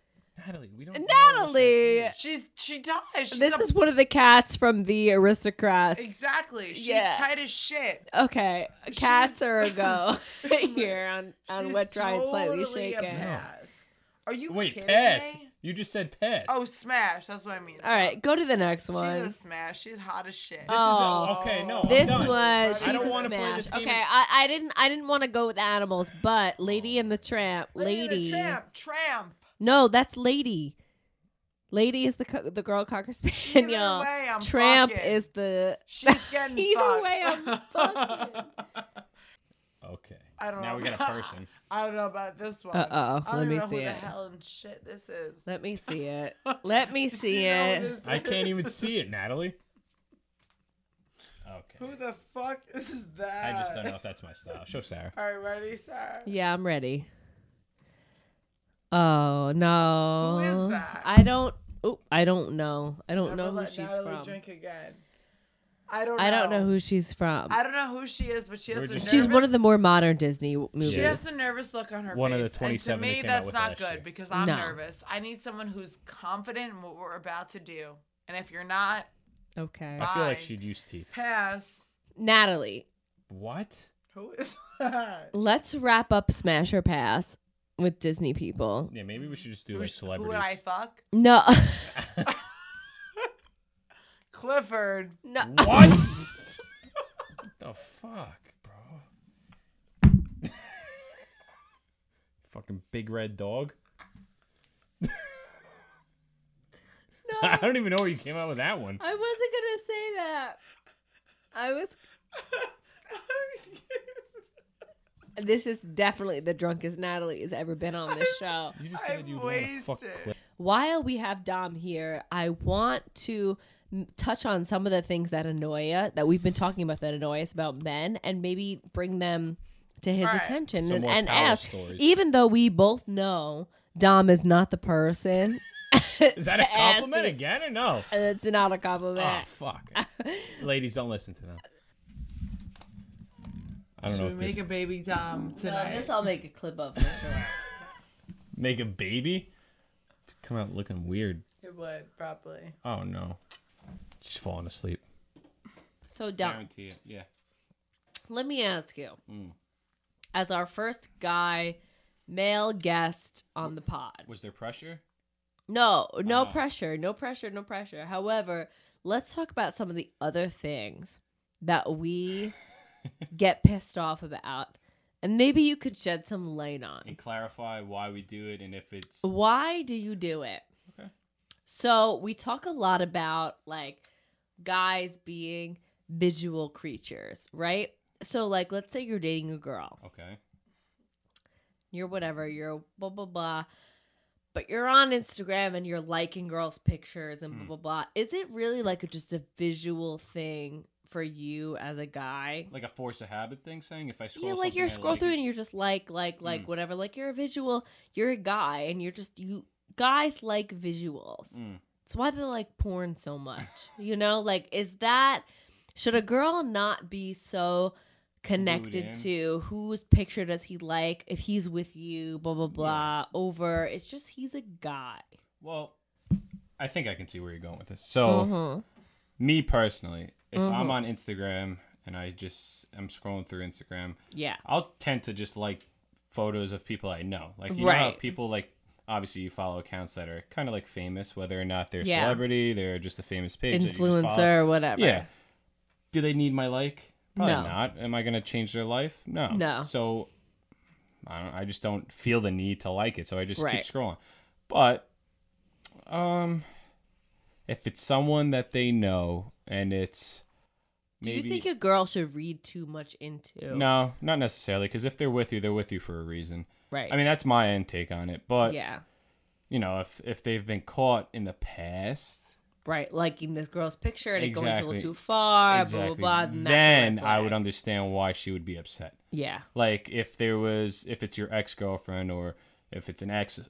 [SPEAKER 3] Natalie, we don't. know what
[SPEAKER 2] Natalie.
[SPEAKER 1] She's she does. She's
[SPEAKER 2] This
[SPEAKER 1] a-
[SPEAKER 2] is one of the cats from the aristocrats.
[SPEAKER 1] exactly. She's
[SPEAKER 2] Yeah.
[SPEAKER 1] tight as shit.
[SPEAKER 2] Okay, cats are a go here on on
[SPEAKER 1] She's
[SPEAKER 2] wet, dry, and
[SPEAKER 1] totally
[SPEAKER 2] slightly
[SPEAKER 1] a
[SPEAKER 2] shaken.
[SPEAKER 1] pass. Are you
[SPEAKER 3] that- Wait,
[SPEAKER 1] kidding
[SPEAKER 3] pass.
[SPEAKER 1] me?
[SPEAKER 3] You just said pass.
[SPEAKER 1] Oh, smash. That's what I mean.
[SPEAKER 2] All right, go to the next
[SPEAKER 1] She's a
[SPEAKER 2] one.
[SPEAKER 1] smash. She's hot as shit.
[SPEAKER 3] This is
[SPEAKER 2] Oh.
[SPEAKER 3] a, okay. No, I'm
[SPEAKER 2] This
[SPEAKER 3] done.
[SPEAKER 2] one,
[SPEAKER 1] I
[SPEAKER 2] she's
[SPEAKER 1] don't
[SPEAKER 2] a
[SPEAKER 1] wanna
[SPEAKER 3] play
[SPEAKER 2] smash.
[SPEAKER 3] this game
[SPEAKER 2] Okay, I, I didn't I didn't want to go with animals, but Lady and the Tramp,
[SPEAKER 1] Lady
[SPEAKER 2] Lady.
[SPEAKER 1] the Tramp. Tramp.
[SPEAKER 2] No, that's Lady. Lady is the co- the girl cocker
[SPEAKER 1] Either
[SPEAKER 2] spaniel.
[SPEAKER 1] way, I'm
[SPEAKER 2] Tramp
[SPEAKER 1] fucking.
[SPEAKER 2] is the
[SPEAKER 1] She's getting
[SPEAKER 2] [laughs] Either
[SPEAKER 1] fucked.
[SPEAKER 2] way, I'm fucking.
[SPEAKER 3] [laughs] Okay.
[SPEAKER 1] I don't
[SPEAKER 3] now
[SPEAKER 1] know.
[SPEAKER 3] we got a person.
[SPEAKER 1] [laughs] I don't know about this one.
[SPEAKER 2] Uh-oh,
[SPEAKER 1] I don't
[SPEAKER 2] let
[SPEAKER 1] even
[SPEAKER 2] me
[SPEAKER 1] know
[SPEAKER 2] see
[SPEAKER 1] who the
[SPEAKER 2] it.
[SPEAKER 1] hell and shit this is.
[SPEAKER 2] Let me see it.
[SPEAKER 1] [laughs]
[SPEAKER 2] Let me
[SPEAKER 1] Do you
[SPEAKER 2] see
[SPEAKER 1] know
[SPEAKER 2] it.
[SPEAKER 1] who this
[SPEAKER 3] I
[SPEAKER 1] is?
[SPEAKER 3] can't even see it, Natalie. Okay.
[SPEAKER 1] [laughs] Who the fuck is
[SPEAKER 3] I
[SPEAKER 1] that?
[SPEAKER 3] just don't know if that's my style. Show Sarah.
[SPEAKER 1] All right, ready, Sarah?
[SPEAKER 2] Yeah, I'm ready. Oh no!
[SPEAKER 1] Who is that?
[SPEAKER 2] I don't. Oh, I don't know. I don't
[SPEAKER 1] Never
[SPEAKER 2] know who
[SPEAKER 1] let
[SPEAKER 2] she's
[SPEAKER 1] Natalie
[SPEAKER 2] from.
[SPEAKER 1] drink again. I don't. Know.
[SPEAKER 2] I don't know who she's from.
[SPEAKER 1] I don't know who she is, but she has.
[SPEAKER 3] We're
[SPEAKER 1] a
[SPEAKER 3] just-
[SPEAKER 1] nervous,
[SPEAKER 2] She's one of the more modern Disney w- movies.
[SPEAKER 1] She has a nervous look on her
[SPEAKER 3] One
[SPEAKER 1] face.
[SPEAKER 3] of the
[SPEAKER 1] and
[SPEAKER 3] 27
[SPEAKER 1] to me,
[SPEAKER 3] that came out
[SPEAKER 1] that's
[SPEAKER 3] with
[SPEAKER 1] not
[SPEAKER 3] last
[SPEAKER 1] good
[SPEAKER 3] year.
[SPEAKER 1] because I'm
[SPEAKER 2] No.
[SPEAKER 1] nervous. I need someone who's confident in what we're about to do, and if you're not,
[SPEAKER 2] Okay.
[SPEAKER 3] I feel like
[SPEAKER 1] Bye.
[SPEAKER 3] she'd use teeth.
[SPEAKER 1] pass.
[SPEAKER 2] Natalie,
[SPEAKER 3] What?
[SPEAKER 1] Who is that?
[SPEAKER 2] let's wrap up Smash or Pass with Disney people.
[SPEAKER 3] Yeah, maybe we should just do like
[SPEAKER 1] Who's- Who would
[SPEAKER 3] celebrities.
[SPEAKER 1] I fuck?
[SPEAKER 2] No. [laughs]
[SPEAKER 1] [laughs] Clifford.
[SPEAKER 2] no.
[SPEAKER 3] What? [laughs] the fuck, bro? [laughs] Fucking big red dog. [laughs] I don't even know where you came out with that one.
[SPEAKER 2] I wasn't going to say that. I was. This is definitely the drunkest Natalie has ever been on this
[SPEAKER 3] [laughs]
[SPEAKER 2] show.
[SPEAKER 3] You just said
[SPEAKER 1] I'm
[SPEAKER 3] you wanted to [laughs] fuck
[SPEAKER 1] wasted.
[SPEAKER 3] Cliff.
[SPEAKER 2] While we have Dom here, I want to m- touch on some of the things that annoy us, that we've been talking about that annoy us about men, and maybe bring them to his
[SPEAKER 1] All right.
[SPEAKER 2] attention
[SPEAKER 3] Some
[SPEAKER 2] and,
[SPEAKER 3] more
[SPEAKER 2] and
[SPEAKER 3] towel
[SPEAKER 2] ask.
[SPEAKER 3] stories.
[SPEAKER 2] Even though we both know Dom is not the person.
[SPEAKER 3] [laughs]
[SPEAKER 2] [laughs]
[SPEAKER 3] Is that a [laughs] compliment again or [laughs] no?
[SPEAKER 2] It's not a
[SPEAKER 3] Oh
[SPEAKER 2] compliment.
[SPEAKER 3] fuck. [laughs] Ladies, don't listen to them. I don't know
[SPEAKER 1] Should
[SPEAKER 3] if
[SPEAKER 1] we
[SPEAKER 3] this
[SPEAKER 1] make a baby Tom tonight?
[SPEAKER 2] this I'll make a clip of for sure.
[SPEAKER 3] make a baby? Come out looking weird.
[SPEAKER 1] It would probably.
[SPEAKER 3] Oh no. She's falling asleep.
[SPEAKER 2] so Dom,
[SPEAKER 3] Guarantee it. Yeah.
[SPEAKER 2] let me ask you, as our first guy, male guest on the pod.
[SPEAKER 3] Was there pressure?
[SPEAKER 2] No, no
[SPEAKER 3] Oh.
[SPEAKER 2] pressure, no pressure, no pressure. However, let's talk about some of the other things that we get pissed off about, and maybe you could shed some light on.
[SPEAKER 3] And clarify why we do it and if it's
[SPEAKER 2] Why do you do it?
[SPEAKER 3] Okay.
[SPEAKER 2] So we talk a lot about like guys being visual creatures, right? So like, let's say you're dating a girl,
[SPEAKER 3] okay.
[SPEAKER 2] you're whatever, you're blah blah blah. But you're on Instagram and you're liking girls' pictures and
[SPEAKER 3] Mm.
[SPEAKER 2] blah blah blah. Is it really like just a visual thing for you as a guy?
[SPEAKER 3] Like a force of habit thing saying if I scroll
[SPEAKER 2] Yeah, like you're
[SPEAKER 3] something I
[SPEAKER 2] scroll
[SPEAKER 3] like
[SPEAKER 2] through
[SPEAKER 3] it-
[SPEAKER 2] and you're just like, like, like
[SPEAKER 3] Mm.
[SPEAKER 2] whatever. Like you're a visual, you're a guy, and you're just you guys like visuals.
[SPEAKER 3] Mm.
[SPEAKER 2] It's why they like porn so much. you know, like is that should a girl not be so
[SPEAKER 3] in.
[SPEAKER 2] connected to whose picture does he like if he's with you, blah blah blah, over it's just he's a guy.
[SPEAKER 3] Well, I think I can see where you're going with this. So
[SPEAKER 2] Mhm.
[SPEAKER 3] me personally, if
[SPEAKER 2] Mm-hmm.
[SPEAKER 3] I'm on Instagram and I just am scrolling through Instagram,
[SPEAKER 2] Yeah.
[SPEAKER 3] I'll tend to just like photos of people I know. Like you know how
[SPEAKER 2] Right.
[SPEAKER 3] people like obviously you follow accounts that are kind of like famous, whether or not they're
[SPEAKER 2] Yeah.
[SPEAKER 3] celebrity, they're just a famous page. that you just follow.
[SPEAKER 2] Influencer, whatever.
[SPEAKER 3] Yeah. Do they need my like? Probably
[SPEAKER 2] No.
[SPEAKER 3] not. Am I gonna change their life? No.
[SPEAKER 2] No.
[SPEAKER 3] So I don't I just don't feel the need to like it, so I just
[SPEAKER 2] Right.
[SPEAKER 3] keep scrolling. But um if it's someone that they know and it's
[SPEAKER 2] Do
[SPEAKER 3] maybe
[SPEAKER 2] you think a girl should read too much into
[SPEAKER 3] no, not necessarily, because if they're with you, they're with you for a reason.
[SPEAKER 2] right.
[SPEAKER 3] I mean, that's my intake on it. But
[SPEAKER 2] yeah.
[SPEAKER 3] you know, if if they've been caught in the past,
[SPEAKER 2] Right. Liking this girl's picture and it going a
[SPEAKER 3] Exactly.
[SPEAKER 2] little too far,
[SPEAKER 3] exactly,
[SPEAKER 2] blah blah blah.
[SPEAKER 3] then I would understand why she would be upset.
[SPEAKER 2] Yeah.
[SPEAKER 3] Like if there was, if it's your ex girlfriend or if it's an ex,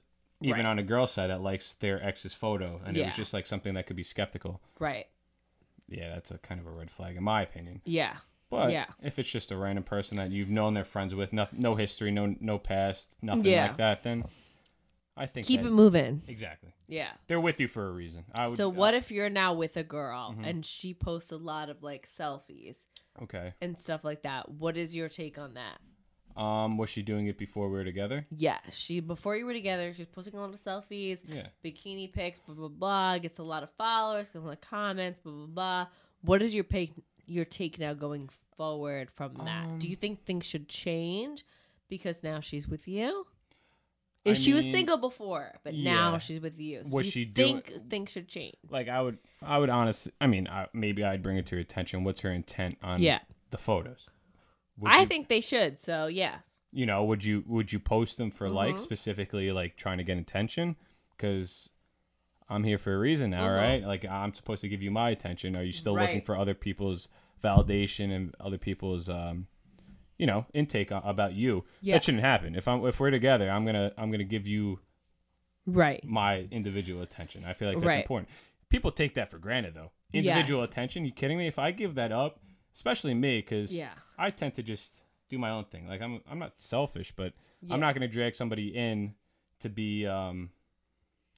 [SPEAKER 3] even
[SPEAKER 2] Right.
[SPEAKER 3] on a girl's side that likes their ex's photo, and it
[SPEAKER 2] Yeah.
[SPEAKER 3] was just like something that could be skeptical.
[SPEAKER 2] Right.
[SPEAKER 3] Yeah, that's a kind of a red flag in my opinion.
[SPEAKER 2] Yeah.
[SPEAKER 3] But
[SPEAKER 2] Yeah.
[SPEAKER 3] if it's just a random person that you've known they're friends with, no, no history, no no past, nothing
[SPEAKER 2] Yeah.
[SPEAKER 3] like that, then I think
[SPEAKER 2] Keep
[SPEAKER 3] that-
[SPEAKER 2] it moving.
[SPEAKER 3] exactly.
[SPEAKER 2] Yeah.
[SPEAKER 3] They're with you for a reason. I would, Mm-hmm.
[SPEAKER 2] So what if you're now with a girl and she posts a lot of like selfies
[SPEAKER 3] uh, Okay.
[SPEAKER 2] and stuff like that? What is your take on that?
[SPEAKER 3] Um, was she doing it before we were together?
[SPEAKER 2] Yeah, she before you were together, she was posting a lot of selfies,
[SPEAKER 3] Yeah.
[SPEAKER 2] bikini pics, blah blah blah, gets a lot of followers, gets a lot of comments, blah blah blah. What is your take your take now going forward
[SPEAKER 3] Um,
[SPEAKER 2] from that? Do you think things should change because now she's with you? If
[SPEAKER 3] I
[SPEAKER 2] she was
[SPEAKER 3] mean,
[SPEAKER 2] single before, but now
[SPEAKER 3] yeah.
[SPEAKER 2] she's with you. So
[SPEAKER 3] What
[SPEAKER 2] do you
[SPEAKER 3] she doing-
[SPEAKER 2] think things should change?
[SPEAKER 3] Like I would, I would honestly. I mean, I, maybe I'd bring it to her attention. What's her intent on
[SPEAKER 2] Yeah.
[SPEAKER 3] the photos? Would
[SPEAKER 2] I
[SPEAKER 3] you,
[SPEAKER 2] think they should. So yes.
[SPEAKER 3] you know. Would you would you post them for like
[SPEAKER 2] Mm-hmm.
[SPEAKER 3] specifically like trying to get attention? Because I'm here for a reason now, right? Like I'm supposed to give you my attention. Are you still looking
[SPEAKER 2] Mm-hmm. Right.
[SPEAKER 3] for other people's validation and other people's um, you know, intake a- about you?
[SPEAKER 2] Yeah.
[SPEAKER 3] That shouldn't happen. If I'm if we're together, I'm gonna I'm gonna give you
[SPEAKER 2] Right.
[SPEAKER 3] my individual attention. I feel like that's
[SPEAKER 2] Right.
[SPEAKER 3] important. People take that for granted, though. Individual
[SPEAKER 2] Yes.
[SPEAKER 3] attention? You kidding me? If I give that up, especially me, because
[SPEAKER 2] Yeah.
[SPEAKER 3] I tend to just do my own thing. Like I'm, I'm not selfish, but
[SPEAKER 2] Yeah.
[SPEAKER 3] I'm not going to drag somebody in to be, um,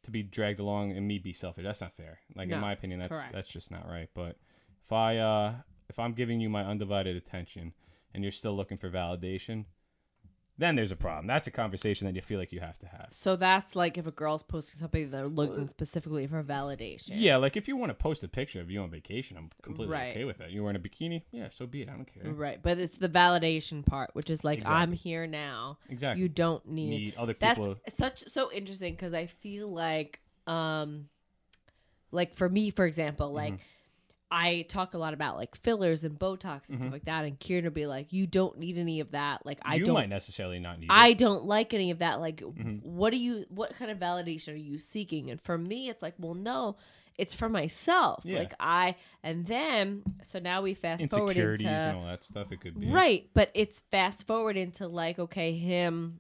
[SPEAKER 3] to be dragged along and me be selfish. That's not fair. Like
[SPEAKER 2] No,
[SPEAKER 3] in my opinion, that's
[SPEAKER 2] correct.
[SPEAKER 3] that's just not right. But if I, uh, if I'm giving you my undivided attention and you're still looking for validation. Then there's a problem. That's a conversation that you feel like you have to have.
[SPEAKER 2] So that's like if a girl's posting something, they're looking specifically for validation.
[SPEAKER 3] Yeah, like if you want to post a picture of you on vacation, I'm completely
[SPEAKER 2] Right. Mm-hmm.
[SPEAKER 3] okay with that. You wearing a bikini? Yeah, so be it. I don't care.
[SPEAKER 2] Right. But it's the validation part, which is like,
[SPEAKER 3] Exactly.
[SPEAKER 2] I'm here now.
[SPEAKER 3] Exactly.
[SPEAKER 2] You don't need,
[SPEAKER 3] Need other
[SPEAKER 2] That's
[SPEAKER 3] people.
[SPEAKER 2] such so interesting because I feel like, um, like for me, for example,
[SPEAKER 3] Mm-hmm.
[SPEAKER 2] like I talk a lot about like fillers and Botox and stuff like that, and Kieran will be like, "You don't need any of that." Like I
[SPEAKER 3] Mm-hmm. you
[SPEAKER 2] don't,
[SPEAKER 3] might necessarily not need.
[SPEAKER 2] I
[SPEAKER 3] it.
[SPEAKER 2] don't like any of that. Like,
[SPEAKER 3] Mm-hmm.
[SPEAKER 2] what do you? What kind of validation are you seeking? And for me, it's like, well, no, it's for myself.
[SPEAKER 3] Yeah.
[SPEAKER 2] Like I, and then so now we fast forward
[SPEAKER 3] insecurities
[SPEAKER 2] into
[SPEAKER 3] and all that stuff. It could be
[SPEAKER 2] Right, but it's fast forward into like okay, him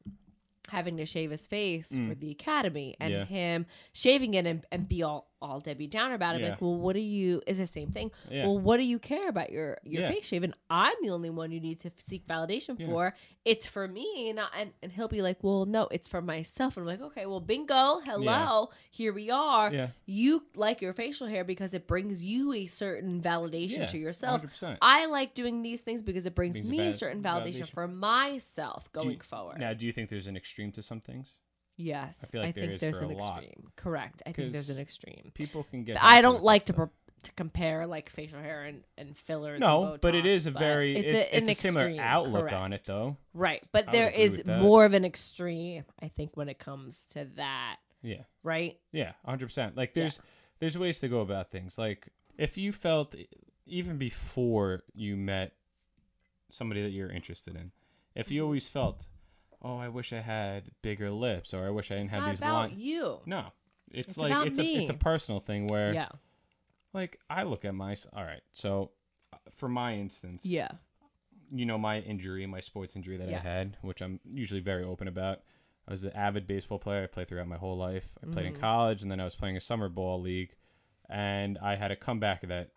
[SPEAKER 2] having to shave his face for the academy and
[SPEAKER 3] Mm. Yeah.
[SPEAKER 2] him shaving it and, and be all all Debbie Downer about it.
[SPEAKER 3] Yeah.
[SPEAKER 2] Like, well, what do you? Is the same thing.
[SPEAKER 3] Yeah.
[SPEAKER 2] Well, what do you care about your your
[SPEAKER 3] Yeah.
[SPEAKER 2] face shave? And I'm the only one you need to seek validation for. It's for me, and, I, and and he'll be like, well, no, it's for myself. And I'm like, okay, well, bingo, hello, here we are.
[SPEAKER 3] Yeah.
[SPEAKER 2] You like your facial hair because it brings you a certain validation
[SPEAKER 3] Yeah,
[SPEAKER 2] to yourself.
[SPEAKER 3] 100%.
[SPEAKER 2] I like doing these things because it brings
[SPEAKER 3] Brings
[SPEAKER 2] me
[SPEAKER 3] about
[SPEAKER 2] certain validation,
[SPEAKER 3] validation.
[SPEAKER 2] for myself
[SPEAKER 3] Do you-
[SPEAKER 2] going forward.
[SPEAKER 3] Now, do you think there's an extreme to some things?
[SPEAKER 2] yes, I,
[SPEAKER 3] feel like there
[SPEAKER 2] think
[SPEAKER 3] is
[SPEAKER 2] there's
[SPEAKER 3] for
[SPEAKER 2] an
[SPEAKER 3] a lot.
[SPEAKER 2] extreme. Correct. I think there's
[SPEAKER 3] 'Cause
[SPEAKER 2] an extreme.
[SPEAKER 3] People can get.
[SPEAKER 2] I
[SPEAKER 3] happy
[SPEAKER 2] don't
[SPEAKER 3] with
[SPEAKER 2] like
[SPEAKER 3] that
[SPEAKER 2] to
[SPEAKER 3] stuff.
[SPEAKER 2] pro- to compare like facial hair and, and fillers. and
[SPEAKER 3] No, but it
[SPEAKER 2] Botox,
[SPEAKER 3] is a
[SPEAKER 2] but
[SPEAKER 3] very it's,
[SPEAKER 2] a-
[SPEAKER 3] it's a similar
[SPEAKER 2] extreme,
[SPEAKER 3] outlook on
[SPEAKER 2] correct.
[SPEAKER 3] it, though.
[SPEAKER 2] Right, but
[SPEAKER 3] I would
[SPEAKER 2] there
[SPEAKER 3] agree
[SPEAKER 2] is
[SPEAKER 3] with that.
[SPEAKER 2] more of an extreme. I think when it comes to that,
[SPEAKER 3] Yeah.
[SPEAKER 2] right?
[SPEAKER 3] Yeah, hundred percent. Like there's there's ways to go about things. Like if you felt even before you met somebody that you're interested in, if
[SPEAKER 2] Mm-hmm.
[SPEAKER 3] you always felt, oh, I wish I had bigger lips, or I wish I didn't
[SPEAKER 2] It's
[SPEAKER 3] have
[SPEAKER 2] not
[SPEAKER 3] these
[SPEAKER 2] about
[SPEAKER 3] lines.
[SPEAKER 2] you.
[SPEAKER 3] No, it's,
[SPEAKER 2] It's about
[SPEAKER 3] like it's a, it's a
[SPEAKER 2] me.
[SPEAKER 3] personal thing where
[SPEAKER 2] Yeah,
[SPEAKER 3] like I look at my all right. So uh, for my instance,
[SPEAKER 2] yeah,
[SPEAKER 3] you know my injury, my sports injury that
[SPEAKER 2] Yes.
[SPEAKER 3] I had, which I'm usually very open about. I was an avid baseball player. I played throughout my whole life. I played
[SPEAKER 2] Mm-hmm.
[SPEAKER 3] in college, and then I was playing a summer ball league, and I had a comeback that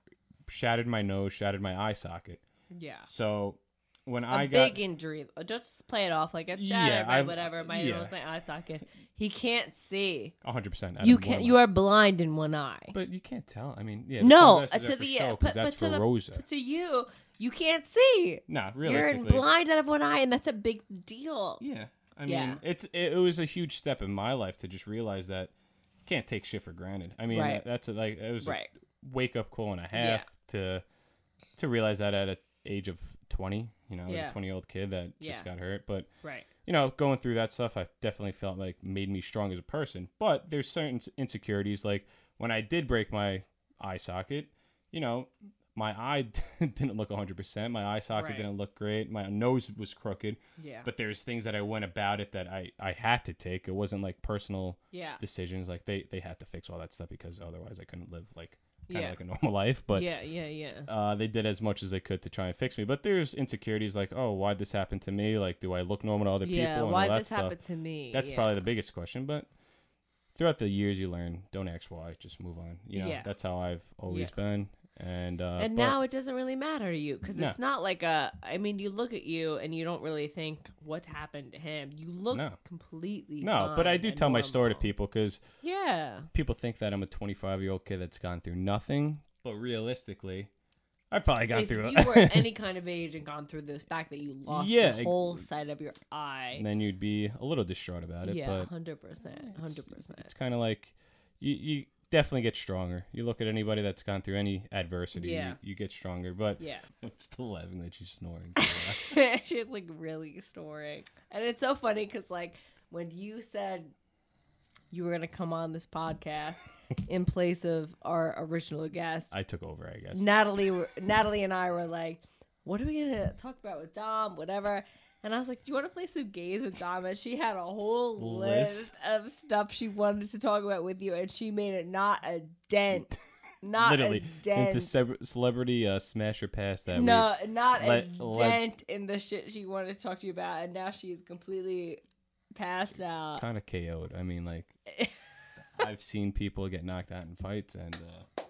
[SPEAKER 3] shattered my nose, shattered my eye socket.
[SPEAKER 2] yeah.
[SPEAKER 3] So when
[SPEAKER 2] a
[SPEAKER 3] I got
[SPEAKER 2] big injury. Uh, Just play it off like a
[SPEAKER 3] Yeah,
[SPEAKER 2] shattered by
[SPEAKER 3] I've-
[SPEAKER 2] whatever. My
[SPEAKER 3] yeah.
[SPEAKER 2] with my eye socket. He can't see.
[SPEAKER 3] 100, percent
[SPEAKER 2] you can't. You are blind in one eye.
[SPEAKER 3] but you can't tell. I mean, yeah,
[SPEAKER 2] no, uh,
[SPEAKER 3] but some of that's
[SPEAKER 2] to
[SPEAKER 3] there for
[SPEAKER 2] the
[SPEAKER 3] show, 'cause
[SPEAKER 2] but,
[SPEAKER 3] that's
[SPEAKER 2] but to
[SPEAKER 3] for
[SPEAKER 2] the
[SPEAKER 3] Rosa.
[SPEAKER 2] but to you, you can't see.
[SPEAKER 3] Nah,
[SPEAKER 2] You're in
[SPEAKER 3] realistically,
[SPEAKER 2] blind out of one eye, and that's a big deal.
[SPEAKER 3] Yeah. I mean,
[SPEAKER 2] Yeah.
[SPEAKER 3] it's it, it was a huge step in my life to just realize that you can't take shit for granted. I mean,
[SPEAKER 2] Right.
[SPEAKER 3] that's a, like it was
[SPEAKER 2] Right.
[SPEAKER 3] a wake up call and a half
[SPEAKER 2] Yeah.
[SPEAKER 3] to to realize that at an age of 20, you know, I was
[SPEAKER 2] Yeah.
[SPEAKER 3] a 20-year-old kid that
[SPEAKER 2] Yeah.
[SPEAKER 3] just got hurt, but
[SPEAKER 2] Right.
[SPEAKER 3] you know, going through that stuff, I definitely felt like made me strong as a person. But there's certain s- insecurities, like when I did break my eye socket, you know, my eye [laughs] didn't look 100%. My eye socket
[SPEAKER 2] Right.
[SPEAKER 3] didn't look great. My nose was crooked.
[SPEAKER 2] Yeah.
[SPEAKER 3] But there's things that I went about it that I, I had to take. It wasn't like personal
[SPEAKER 2] Yeah.
[SPEAKER 3] decisions. Like they, they had to fix all that stuff because otherwise I couldn't live like kind of
[SPEAKER 2] Yeah.
[SPEAKER 3] like a normal [laughs] life. But
[SPEAKER 2] yeah. Yeah. Yeah.
[SPEAKER 3] uh, they did as much as they could to try and fix me. But there's insecurities like, oh, why'd this happen to me? Like, do I look normal to other
[SPEAKER 2] Yeah.
[SPEAKER 3] people? And
[SPEAKER 2] Why
[SPEAKER 3] all that
[SPEAKER 2] this
[SPEAKER 3] stuff.
[SPEAKER 2] happened to me?
[SPEAKER 3] That's
[SPEAKER 2] yeah.
[SPEAKER 3] probably the biggest question. But throughout the years, you learn don't ask why, just move on. You know,
[SPEAKER 2] Yeah.
[SPEAKER 3] that's how I've always
[SPEAKER 2] Yeah.
[SPEAKER 3] been. And uh,
[SPEAKER 2] And
[SPEAKER 3] but-
[SPEAKER 2] now it doesn't really matter to you because
[SPEAKER 3] No.
[SPEAKER 2] it's not like a. I mean, you look at you and you don't really think what happened to him. You look
[SPEAKER 3] No.
[SPEAKER 2] completely.
[SPEAKER 3] no, but I
[SPEAKER 2] fine
[SPEAKER 3] do
[SPEAKER 2] and
[SPEAKER 3] tell my story to
[SPEAKER 2] normal.
[SPEAKER 3] people because
[SPEAKER 2] Yeah.
[SPEAKER 3] people think that I'm a 25 year old kid that's gone through nothing, but realistically, I probably got
[SPEAKER 2] if
[SPEAKER 3] through. [laughs]
[SPEAKER 2] you were any kind of age and gone through this fact that you lost
[SPEAKER 3] Yeah,
[SPEAKER 2] the
[SPEAKER 3] ex-
[SPEAKER 2] whole side of your eye.
[SPEAKER 3] and then you'd be a little distraught about it.
[SPEAKER 2] yeah,
[SPEAKER 3] but
[SPEAKER 2] hundred percent, hundred percent.
[SPEAKER 3] it's kind of like you, you definitely get stronger. You look at anybody that's gone through any adversity,
[SPEAKER 2] Yeah.
[SPEAKER 3] you, you get stronger. But
[SPEAKER 2] Yeah, [laughs]
[SPEAKER 3] [laughs] it's the laughing that she's snoring.
[SPEAKER 2] she's like really snoring, and it's so funny because like when you said you were going to come on this
[SPEAKER 3] [laughs]
[SPEAKER 2] podcast in place of our original guest,
[SPEAKER 3] I took over, I
[SPEAKER 2] [laughs]
[SPEAKER 3] guess.
[SPEAKER 2] Natalie were- Natalie and I were like, what are we gonna talk about with Dom? Whatever. And I was like, Do you wanna play some games with Dom? And she had a whole list,
[SPEAKER 3] List.
[SPEAKER 2] of stuff she wanted to talk about with you and she made it not a dent. Not
[SPEAKER 3] Literally
[SPEAKER 2] a dent.
[SPEAKER 3] into ce- celebrity uh, smasher pass that
[SPEAKER 2] no, not a
[SPEAKER 3] Let- let-
[SPEAKER 2] dent in the shit she wanted to talk to you about, and now she is completely passed out.
[SPEAKER 3] kind of KO'd. I mean, like I've seen people get knocked out in fights, and uh,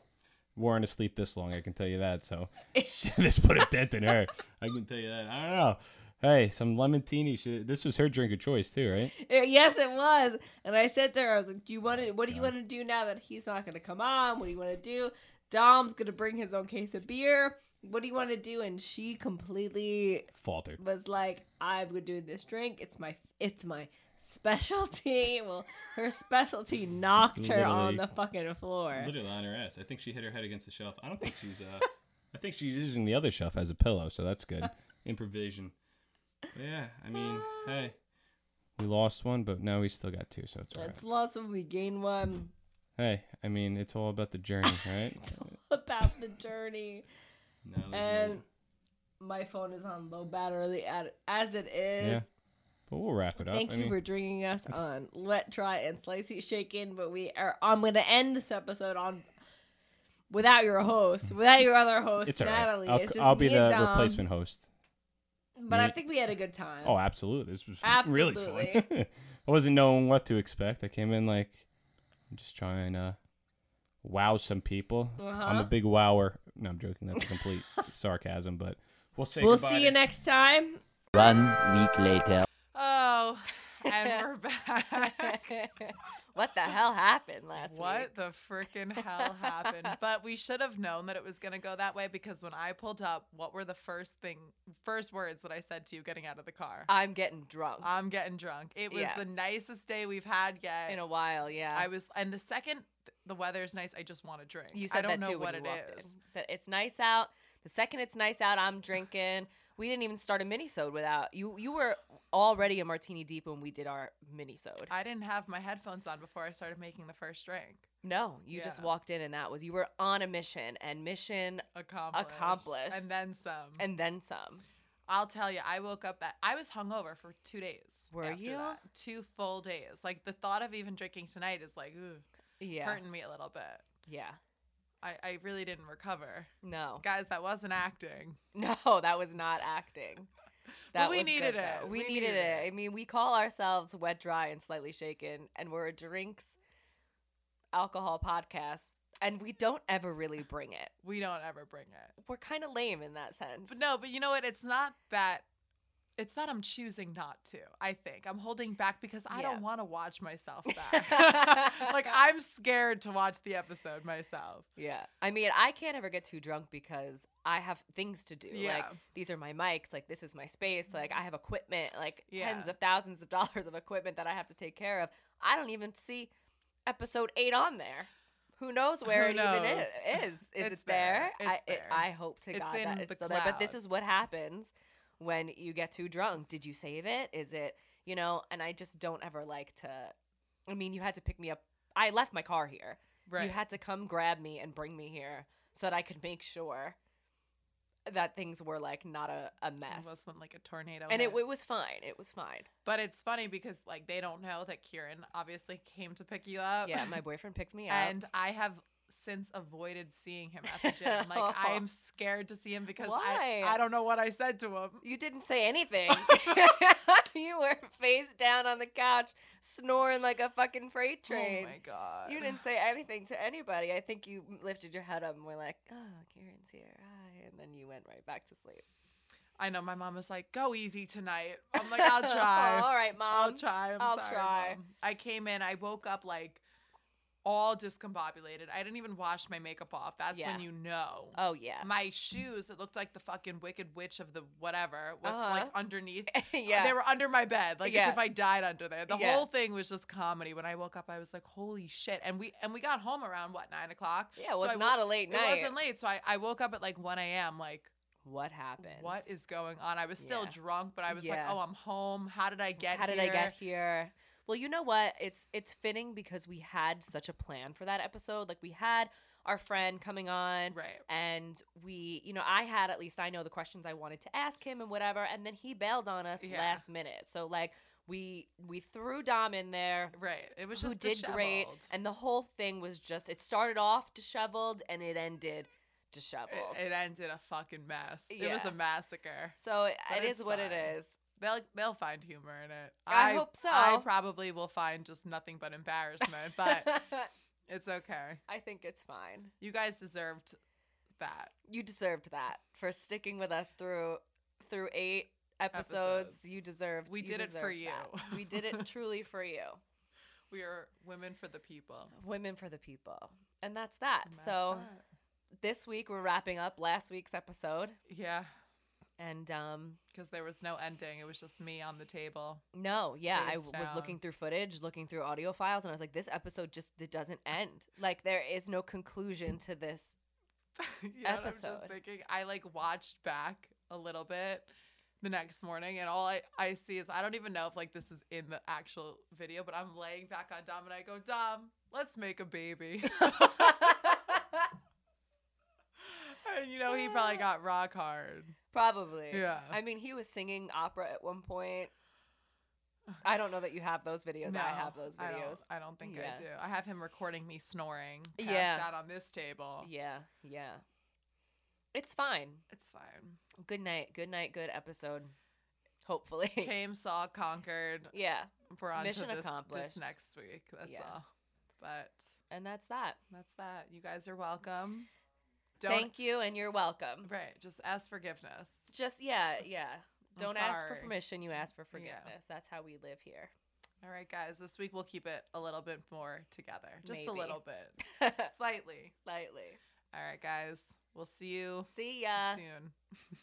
[SPEAKER 3] Warren to sleep this long. I can tell you that. So [laughs] this put a dent in her. I can tell you that. I don't know. Hey, some lemon teeny. She, this was her drink of choice too, right?
[SPEAKER 2] [laughs] Uh, Yes, it was. And I said to her, I was like, "Do you want to? What do you want to do now that he's not going to come on? What do you want to do? Dom's going to bring his own case of beer. What do you want to do?" And she completely
[SPEAKER 3] Faltered.
[SPEAKER 2] was like, "I'm going to do this drink. It's my, it's my specialty." [laughs] Well, her specialty knocked her on
[SPEAKER 3] Literally.
[SPEAKER 2] the fucking floor.
[SPEAKER 3] Literally on her ass. I think she hit her head against the shelf. I don't think she's. uh [laughs] I think she's using the other shelf as a pillow, so that's [laughs] good. Improvisation. But yeah, I mean, hey, we lost one, but now we still got two, so it's alright.
[SPEAKER 2] It's lost when we gain one. [laughs]
[SPEAKER 3] Hey, I mean, it's all about the journey, right?
[SPEAKER 2] About the journey.
[SPEAKER 3] No, there's no-
[SPEAKER 2] And my phone is on low battery at- as it is.
[SPEAKER 3] Yeah. But we'll wrap it up.
[SPEAKER 2] Thank
[SPEAKER 3] I
[SPEAKER 2] you
[SPEAKER 3] mean,
[SPEAKER 2] for drinking us on Let Try and Slicey Shaken, but we are. I'm going to end this episode on without your host, without your other host,
[SPEAKER 3] it's all right.
[SPEAKER 2] Natalie.
[SPEAKER 3] I'll,
[SPEAKER 2] it's just
[SPEAKER 3] I'll be
[SPEAKER 2] me and
[SPEAKER 3] the
[SPEAKER 2] Dom,
[SPEAKER 3] replacement host.
[SPEAKER 2] But I
[SPEAKER 3] me-
[SPEAKER 2] think we had a good time.
[SPEAKER 3] Oh, absolutely. This was really
[SPEAKER 2] Absolutely.
[SPEAKER 3] fun. I wasn't knowing what to expect. I came in like, I'm just trying to wow some people. I'm
[SPEAKER 2] Uh-huh.
[SPEAKER 3] a big wower. No, I'm joking. That's
[SPEAKER 2] [laughs]
[SPEAKER 3] complete sarcasm, but we'll say
[SPEAKER 2] we'll
[SPEAKER 3] goodbye
[SPEAKER 2] see
[SPEAKER 3] to-
[SPEAKER 2] you
[SPEAKER 1] [laughs]
[SPEAKER 2] next time. [laughs]
[SPEAKER 4] One week later.
[SPEAKER 1] Oh, and we're
[SPEAKER 2] [laughs]
[SPEAKER 1] back.
[SPEAKER 2] what the hell happened last
[SPEAKER 1] What the freaking hell happened? But we should have known that it was going to go that way because when I pulled up, what were the first thing, first words that I said to you getting out of the car?
[SPEAKER 2] I'm getting drunk
[SPEAKER 1] I'm getting drunk. It was
[SPEAKER 2] Yeah.
[SPEAKER 1] the nicest day we've had yet.
[SPEAKER 2] in a while. Yeah.
[SPEAKER 1] I was, and the second th- the weather's nice, I just want to drink.
[SPEAKER 2] You
[SPEAKER 1] I
[SPEAKER 2] said
[SPEAKER 1] don't
[SPEAKER 2] that
[SPEAKER 1] know
[SPEAKER 2] too
[SPEAKER 1] what it
[SPEAKER 2] when you walked
[SPEAKER 1] is.
[SPEAKER 2] in. You said it's nice out. The second it's nice out, I'm drinking. We didn't even start a minisode without you. You were already a martini deep when we did our minisode.
[SPEAKER 1] I didn't have my headphones on before I started making the first drink.
[SPEAKER 2] No, you just
[SPEAKER 1] Yeah.
[SPEAKER 2] walked in and that was you were on a mission and mission
[SPEAKER 1] Accomplished.
[SPEAKER 2] Accomplished.
[SPEAKER 1] And then some. And
[SPEAKER 2] and then some.
[SPEAKER 1] I'll tell you, I woke up at, I was hungover for two days.
[SPEAKER 2] Were
[SPEAKER 1] after
[SPEAKER 2] you?
[SPEAKER 1] that. Two full days. Like the thought of even drinking tonight is like, ooh,
[SPEAKER 2] Yeah.
[SPEAKER 1] hurting me a little bit.
[SPEAKER 2] Yeah.
[SPEAKER 1] I, I really didn't recover.
[SPEAKER 2] No.
[SPEAKER 1] Guys, that wasn't acting.
[SPEAKER 2] No, [laughs] that was not acting.
[SPEAKER 1] But
[SPEAKER 2] That
[SPEAKER 1] we
[SPEAKER 2] was
[SPEAKER 1] needed
[SPEAKER 2] good,
[SPEAKER 1] it.
[SPEAKER 2] though. We,
[SPEAKER 1] We
[SPEAKER 2] needed,
[SPEAKER 1] needed
[SPEAKER 2] it.
[SPEAKER 1] it.
[SPEAKER 2] I mean, we call ourselves wet, dry, and slightly shaken, and we're a drinks alcohol podcast, and we don't ever really bring it.
[SPEAKER 1] We don't ever bring it.
[SPEAKER 2] We're kind of lame in that sense.
[SPEAKER 1] But no, but you know what? It's not that. It's that I'm choosing not to. I think I'm holding back because I
[SPEAKER 2] Yeah.
[SPEAKER 1] don't want to watch myself back.
[SPEAKER 2] [laughs]
[SPEAKER 1] [laughs] like I'm scared to watch the episode myself.
[SPEAKER 2] Yeah. I mean, I can't ever get too drunk because I have things to do. Like,
[SPEAKER 1] Yeah.
[SPEAKER 2] these are my mics. Like, this is my space. Like, I have equipment, like
[SPEAKER 1] Yeah.
[SPEAKER 2] tens of thousands of [laughs] dollars of equipment that I have to take care of. I don't even see episode eight on there. Who knows where
[SPEAKER 1] Who
[SPEAKER 2] it even is?
[SPEAKER 1] knows?
[SPEAKER 2] is.
[SPEAKER 1] [laughs]
[SPEAKER 2] Is
[SPEAKER 1] It's
[SPEAKER 2] it there?
[SPEAKER 1] there.
[SPEAKER 2] I,
[SPEAKER 1] It's
[SPEAKER 2] it-
[SPEAKER 1] there.
[SPEAKER 2] I hope to
[SPEAKER 1] It's
[SPEAKER 2] God that
[SPEAKER 1] in
[SPEAKER 2] it's
[SPEAKER 1] the
[SPEAKER 2] still there. But this
[SPEAKER 1] cloud.
[SPEAKER 2] is what happens when you get too drunk. Did you save it? Is it, you know, and I just don't ever like to. I mean, you had to pick me up. I left my car here.
[SPEAKER 1] Right.
[SPEAKER 2] You had to come grab me and bring me here so that I could make sure that things were like not a, a
[SPEAKER 1] It
[SPEAKER 2] mess.
[SPEAKER 1] wasn't like a tornado.
[SPEAKER 2] and it,
[SPEAKER 1] hit.
[SPEAKER 2] it was fine. It was fine.
[SPEAKER 1] but it's funny because like they don't know that Kieran obviously came to pick you up.
[SPEAKER 2] Yeah, my boyfriend
[SPEAKER 1] [laughs]
[SPEAKER 2] picked me up.
[SPEAKER 1] Oh. and I have since avoided seeing him at the
[SPEAKER 2] [laughs]
[SPEAKER 1] gym. Like I'm scared to see him because
[SPEAKER 2] Why?
[SPEAKER 1] I I don't know what I said to him.
[SPEAKER 2] you didn't say
[SPEAKER 1] [laughs]
[SPEAKER 2] anything. [laughs] you were face down on the couch, snoring like a fucking freight train.
[SPEAKER 1] Oh my god.
[SPEAKER 2] You didn't say anything to anybody. I think you lifted your head up and were like, "Oh, Karen's here," hi," and then you went right back to sleep.
[SPEAKER 1] I know my mom was like, "Go easy tonight." I'm like, Oh
[SPEAKER 2] [laughs]
[SPEAKER 1] "I'll try.
[SPEAKER 2] All right, mom.
[SPEAKER 1] I'll try. I'm
[SPEAKER 2] I'll
[SPEAKER 1] sorry,
[SPEAKER 2] try.
[SPEAKER 1] Mom. I came in. I woke up like all discombobulated. I didn't even wash my makeup off. That's
[SPEAKER 2] Yeah.
[SPEAKER 1] when you know. [laughs]
[SPEAKER 2] Oh yeah,
[SPEAKER 1] my shoes that looked like the fucking Wicked Witch of the whatever, with, like
[SPEAKER 2] Uh-huh.
[SPEAKER 1] underneath.
[SPEAKER 2] [laughs] yeah.
[SPEAKER 1] They were under my bed, like
[SPEAKER 2] Yeah.
[SPEAKER 1] as if I died under there. The
[SPEAKER 2] Yeah.
[SPEAKER 1] whole thing was just comedy. When I woke up, I was like, "Holy shit!" And we and we got home around what nine o'clock.
[SPEAKER 2] yeah, it was
[SPEAKER 1] I wo-
[SPEAKER 2] not a late
[SPEAKER 1] It
[SPEAKER 2] night.
[SPEAKER 1] wasn't late, so I, I woke up at like one a.m. Like
[SPEAKER 2] What happened?
[SPEAKER 1] What is going on? I was still
[SPEAKER 2] Yeah.
[SPEAKER 1] drunk, but I was
[SPEAKER 2] Yeah.
[SPEAKER 1] like, oh, I'm home. How did I get
[SPEAKER 2] How
[SPEAKER 1] here?
[SPEAKER 2] did I get here? Well, you know what? It's it's fitting because we had such a plan for that episode. Like we had our friend coming on.
[SPEAKER 1] Right.
[SPEAKER 2] And we, you know, I had at least I know the questions I wanted to ask him and whatever, and then he bailed on us
[SPEAKER 1] Yeah.
[SPEAKER 2] last minute. So like we we threw Dom in there.
[SPEAKER 1] Right. It was
[SPEAKER 2] who
[SPEAKER 1] just
[SPEAKER 2] did great
[SPEAKER 1] disheveled.
[SPEAKER 2] and the whole thing was just it started off disheveled and it ended disheveled
[SPEAKER 1] It, it ended a fucking mess. It was
[SPEAKER 2] Yeah.
[SPEAKER 1] a massacre.
[SPEAKER 2] so it,
[SPEAKER 1] But
[SPEAKER 2] it is
[SPEAKER 1] it's
[SPEAKER 2] what
[SPEAKER 1] fine.
[SPEAKER 2] it is
[SPEAKER 1] They'll they'll find humor in it.
[SPEAKER 2] I hope so.
[SPEAKER 1] I probably will find just nothing but embarrassment, [laughs] but
[SPEAKER 2] [laughs]
[SPEAKER 1] it's okay.
[SPEAKER 2] i think it's fine
[SPEAKER 1] You guys deserved that.
[SPEAKER 2] you deserved that for sticking with us through through eight episodes,
[SPEAKER 1] Episodes.
[SPEAKER 2] you deserved
[SPEAKER 1] We
[SPEAKER 2] you
[SPEAKER 1] did it for
[SPEAKER 2] deserved that.
[SPEAKER 1] you.
[SPEAKER 2] [laughs] we did
[SPEAKER 1] [laughs]
[SPEAKER 2] it truly for you
[SPEAKER 1] We are women for the people.
[SPEAKER 2] women for the people and that's that
[SPEAKER 1] That's
[SPEAKER 2] so
[SPEAKER 1] that.
[SPEAKER 2] this week we're wrapping up last week's episode
[SPEAKER 1] yeah,
[SPEAKER 2] and um
[SPEAKER 1] because there was no ending. It was just me on the [laughs] table.
[SPEAKER 2] No, yeah, I
[SPEAKER 1] Face
[SPEAKER 2] w- was
[SPEAKER 1] down.
[SPEAKER 2] looking through footage, looking through audio files, and I was like, this episode just it doesn't end. Like there is no conclusion
[SPEAKER 1] [laughs]
[SPEAKER 2] to this. [laughs]
[SPEAKER 1] you know what I'm just
[SPEAKER 2] Episode.
[SPEAKER 1] thinking? I like watched back a little bit the next morning and all I, I see is I don't even know if like this is in the actual video, but I'm laying back on Dom and I go, Dom, let's make a baby. [laughs] and you know, he [laughs] probably got rock hard.
[SPEAKER 2] Probably.
[SPEAKER 1] Yeah.
[SPEAKER 2] I mean, he was singing opera at one point. I don't know that you have those videos. I have those
[SPEAKER 1] I don't,
[SPEAKER 2] videos.
[SPEAKER 1] I don't think
[SPEAKER 2] Yeah.
[SPEAKER 1] I do. I have him recording me snoring. Passed
[SPEAKER 2] Yeah.
[SPEAKER 1] out on this table.
[SPEAKER 2] Yeah, yeah. It's fine.
[SPEAKER 1] It's
[SPEAKER 2] [laughs]
[SPEAKER 1] fine.
[SPEAKER 2] Good night. Good night. Good episode. Hopefully.
[SPEAKER 1] Came, saw, conquered.
[SPEAKER 2] [laughs] yeah.
[SPEAKER 1] We're on
[SPEAKER 2] Mission
[SPEAKER 1] to this,
[SPEAKER 2] accomplished.
[SPEAKER 1] this next week. That's
[SPEAKER 2] Yeah.
[SPEAKER 1] all. But
[SPEAKER 2] And that's that.
[SPEAKER 1] That's that. You guys are welcome. Don't
[SPEAKER 2] Thank you, and you're welcome.
[SPEAKER 1] right. Just ask forgiveness.
[SPEAKER 2] Just yeah, yeah.
[SPEAKER 1] I'm
[SPEAKER 2] Don't ask for
[SPEAKER 1] sorry.
[SPEAKER 2] permission. You ask for forgiveness. That's how we live
[SPEAKER 1] [laughs]
[SPEAKER 2] here. [laughs]
[SPEAKER 1] All right, guys. This week we'll keep it a little bit more together. Just a
[SPEAKER 2] Maybe.
[SPEAKER 1] little
[SPEAKER 2] [laughs]
[SPEAKER 1] bit, slightly.
[SPEAKER 2] Slightly.
[SPEAKER 1] All right, guys. We'll see you
[SPEAKER 2] See ya.
[SPEAKER 1] soon.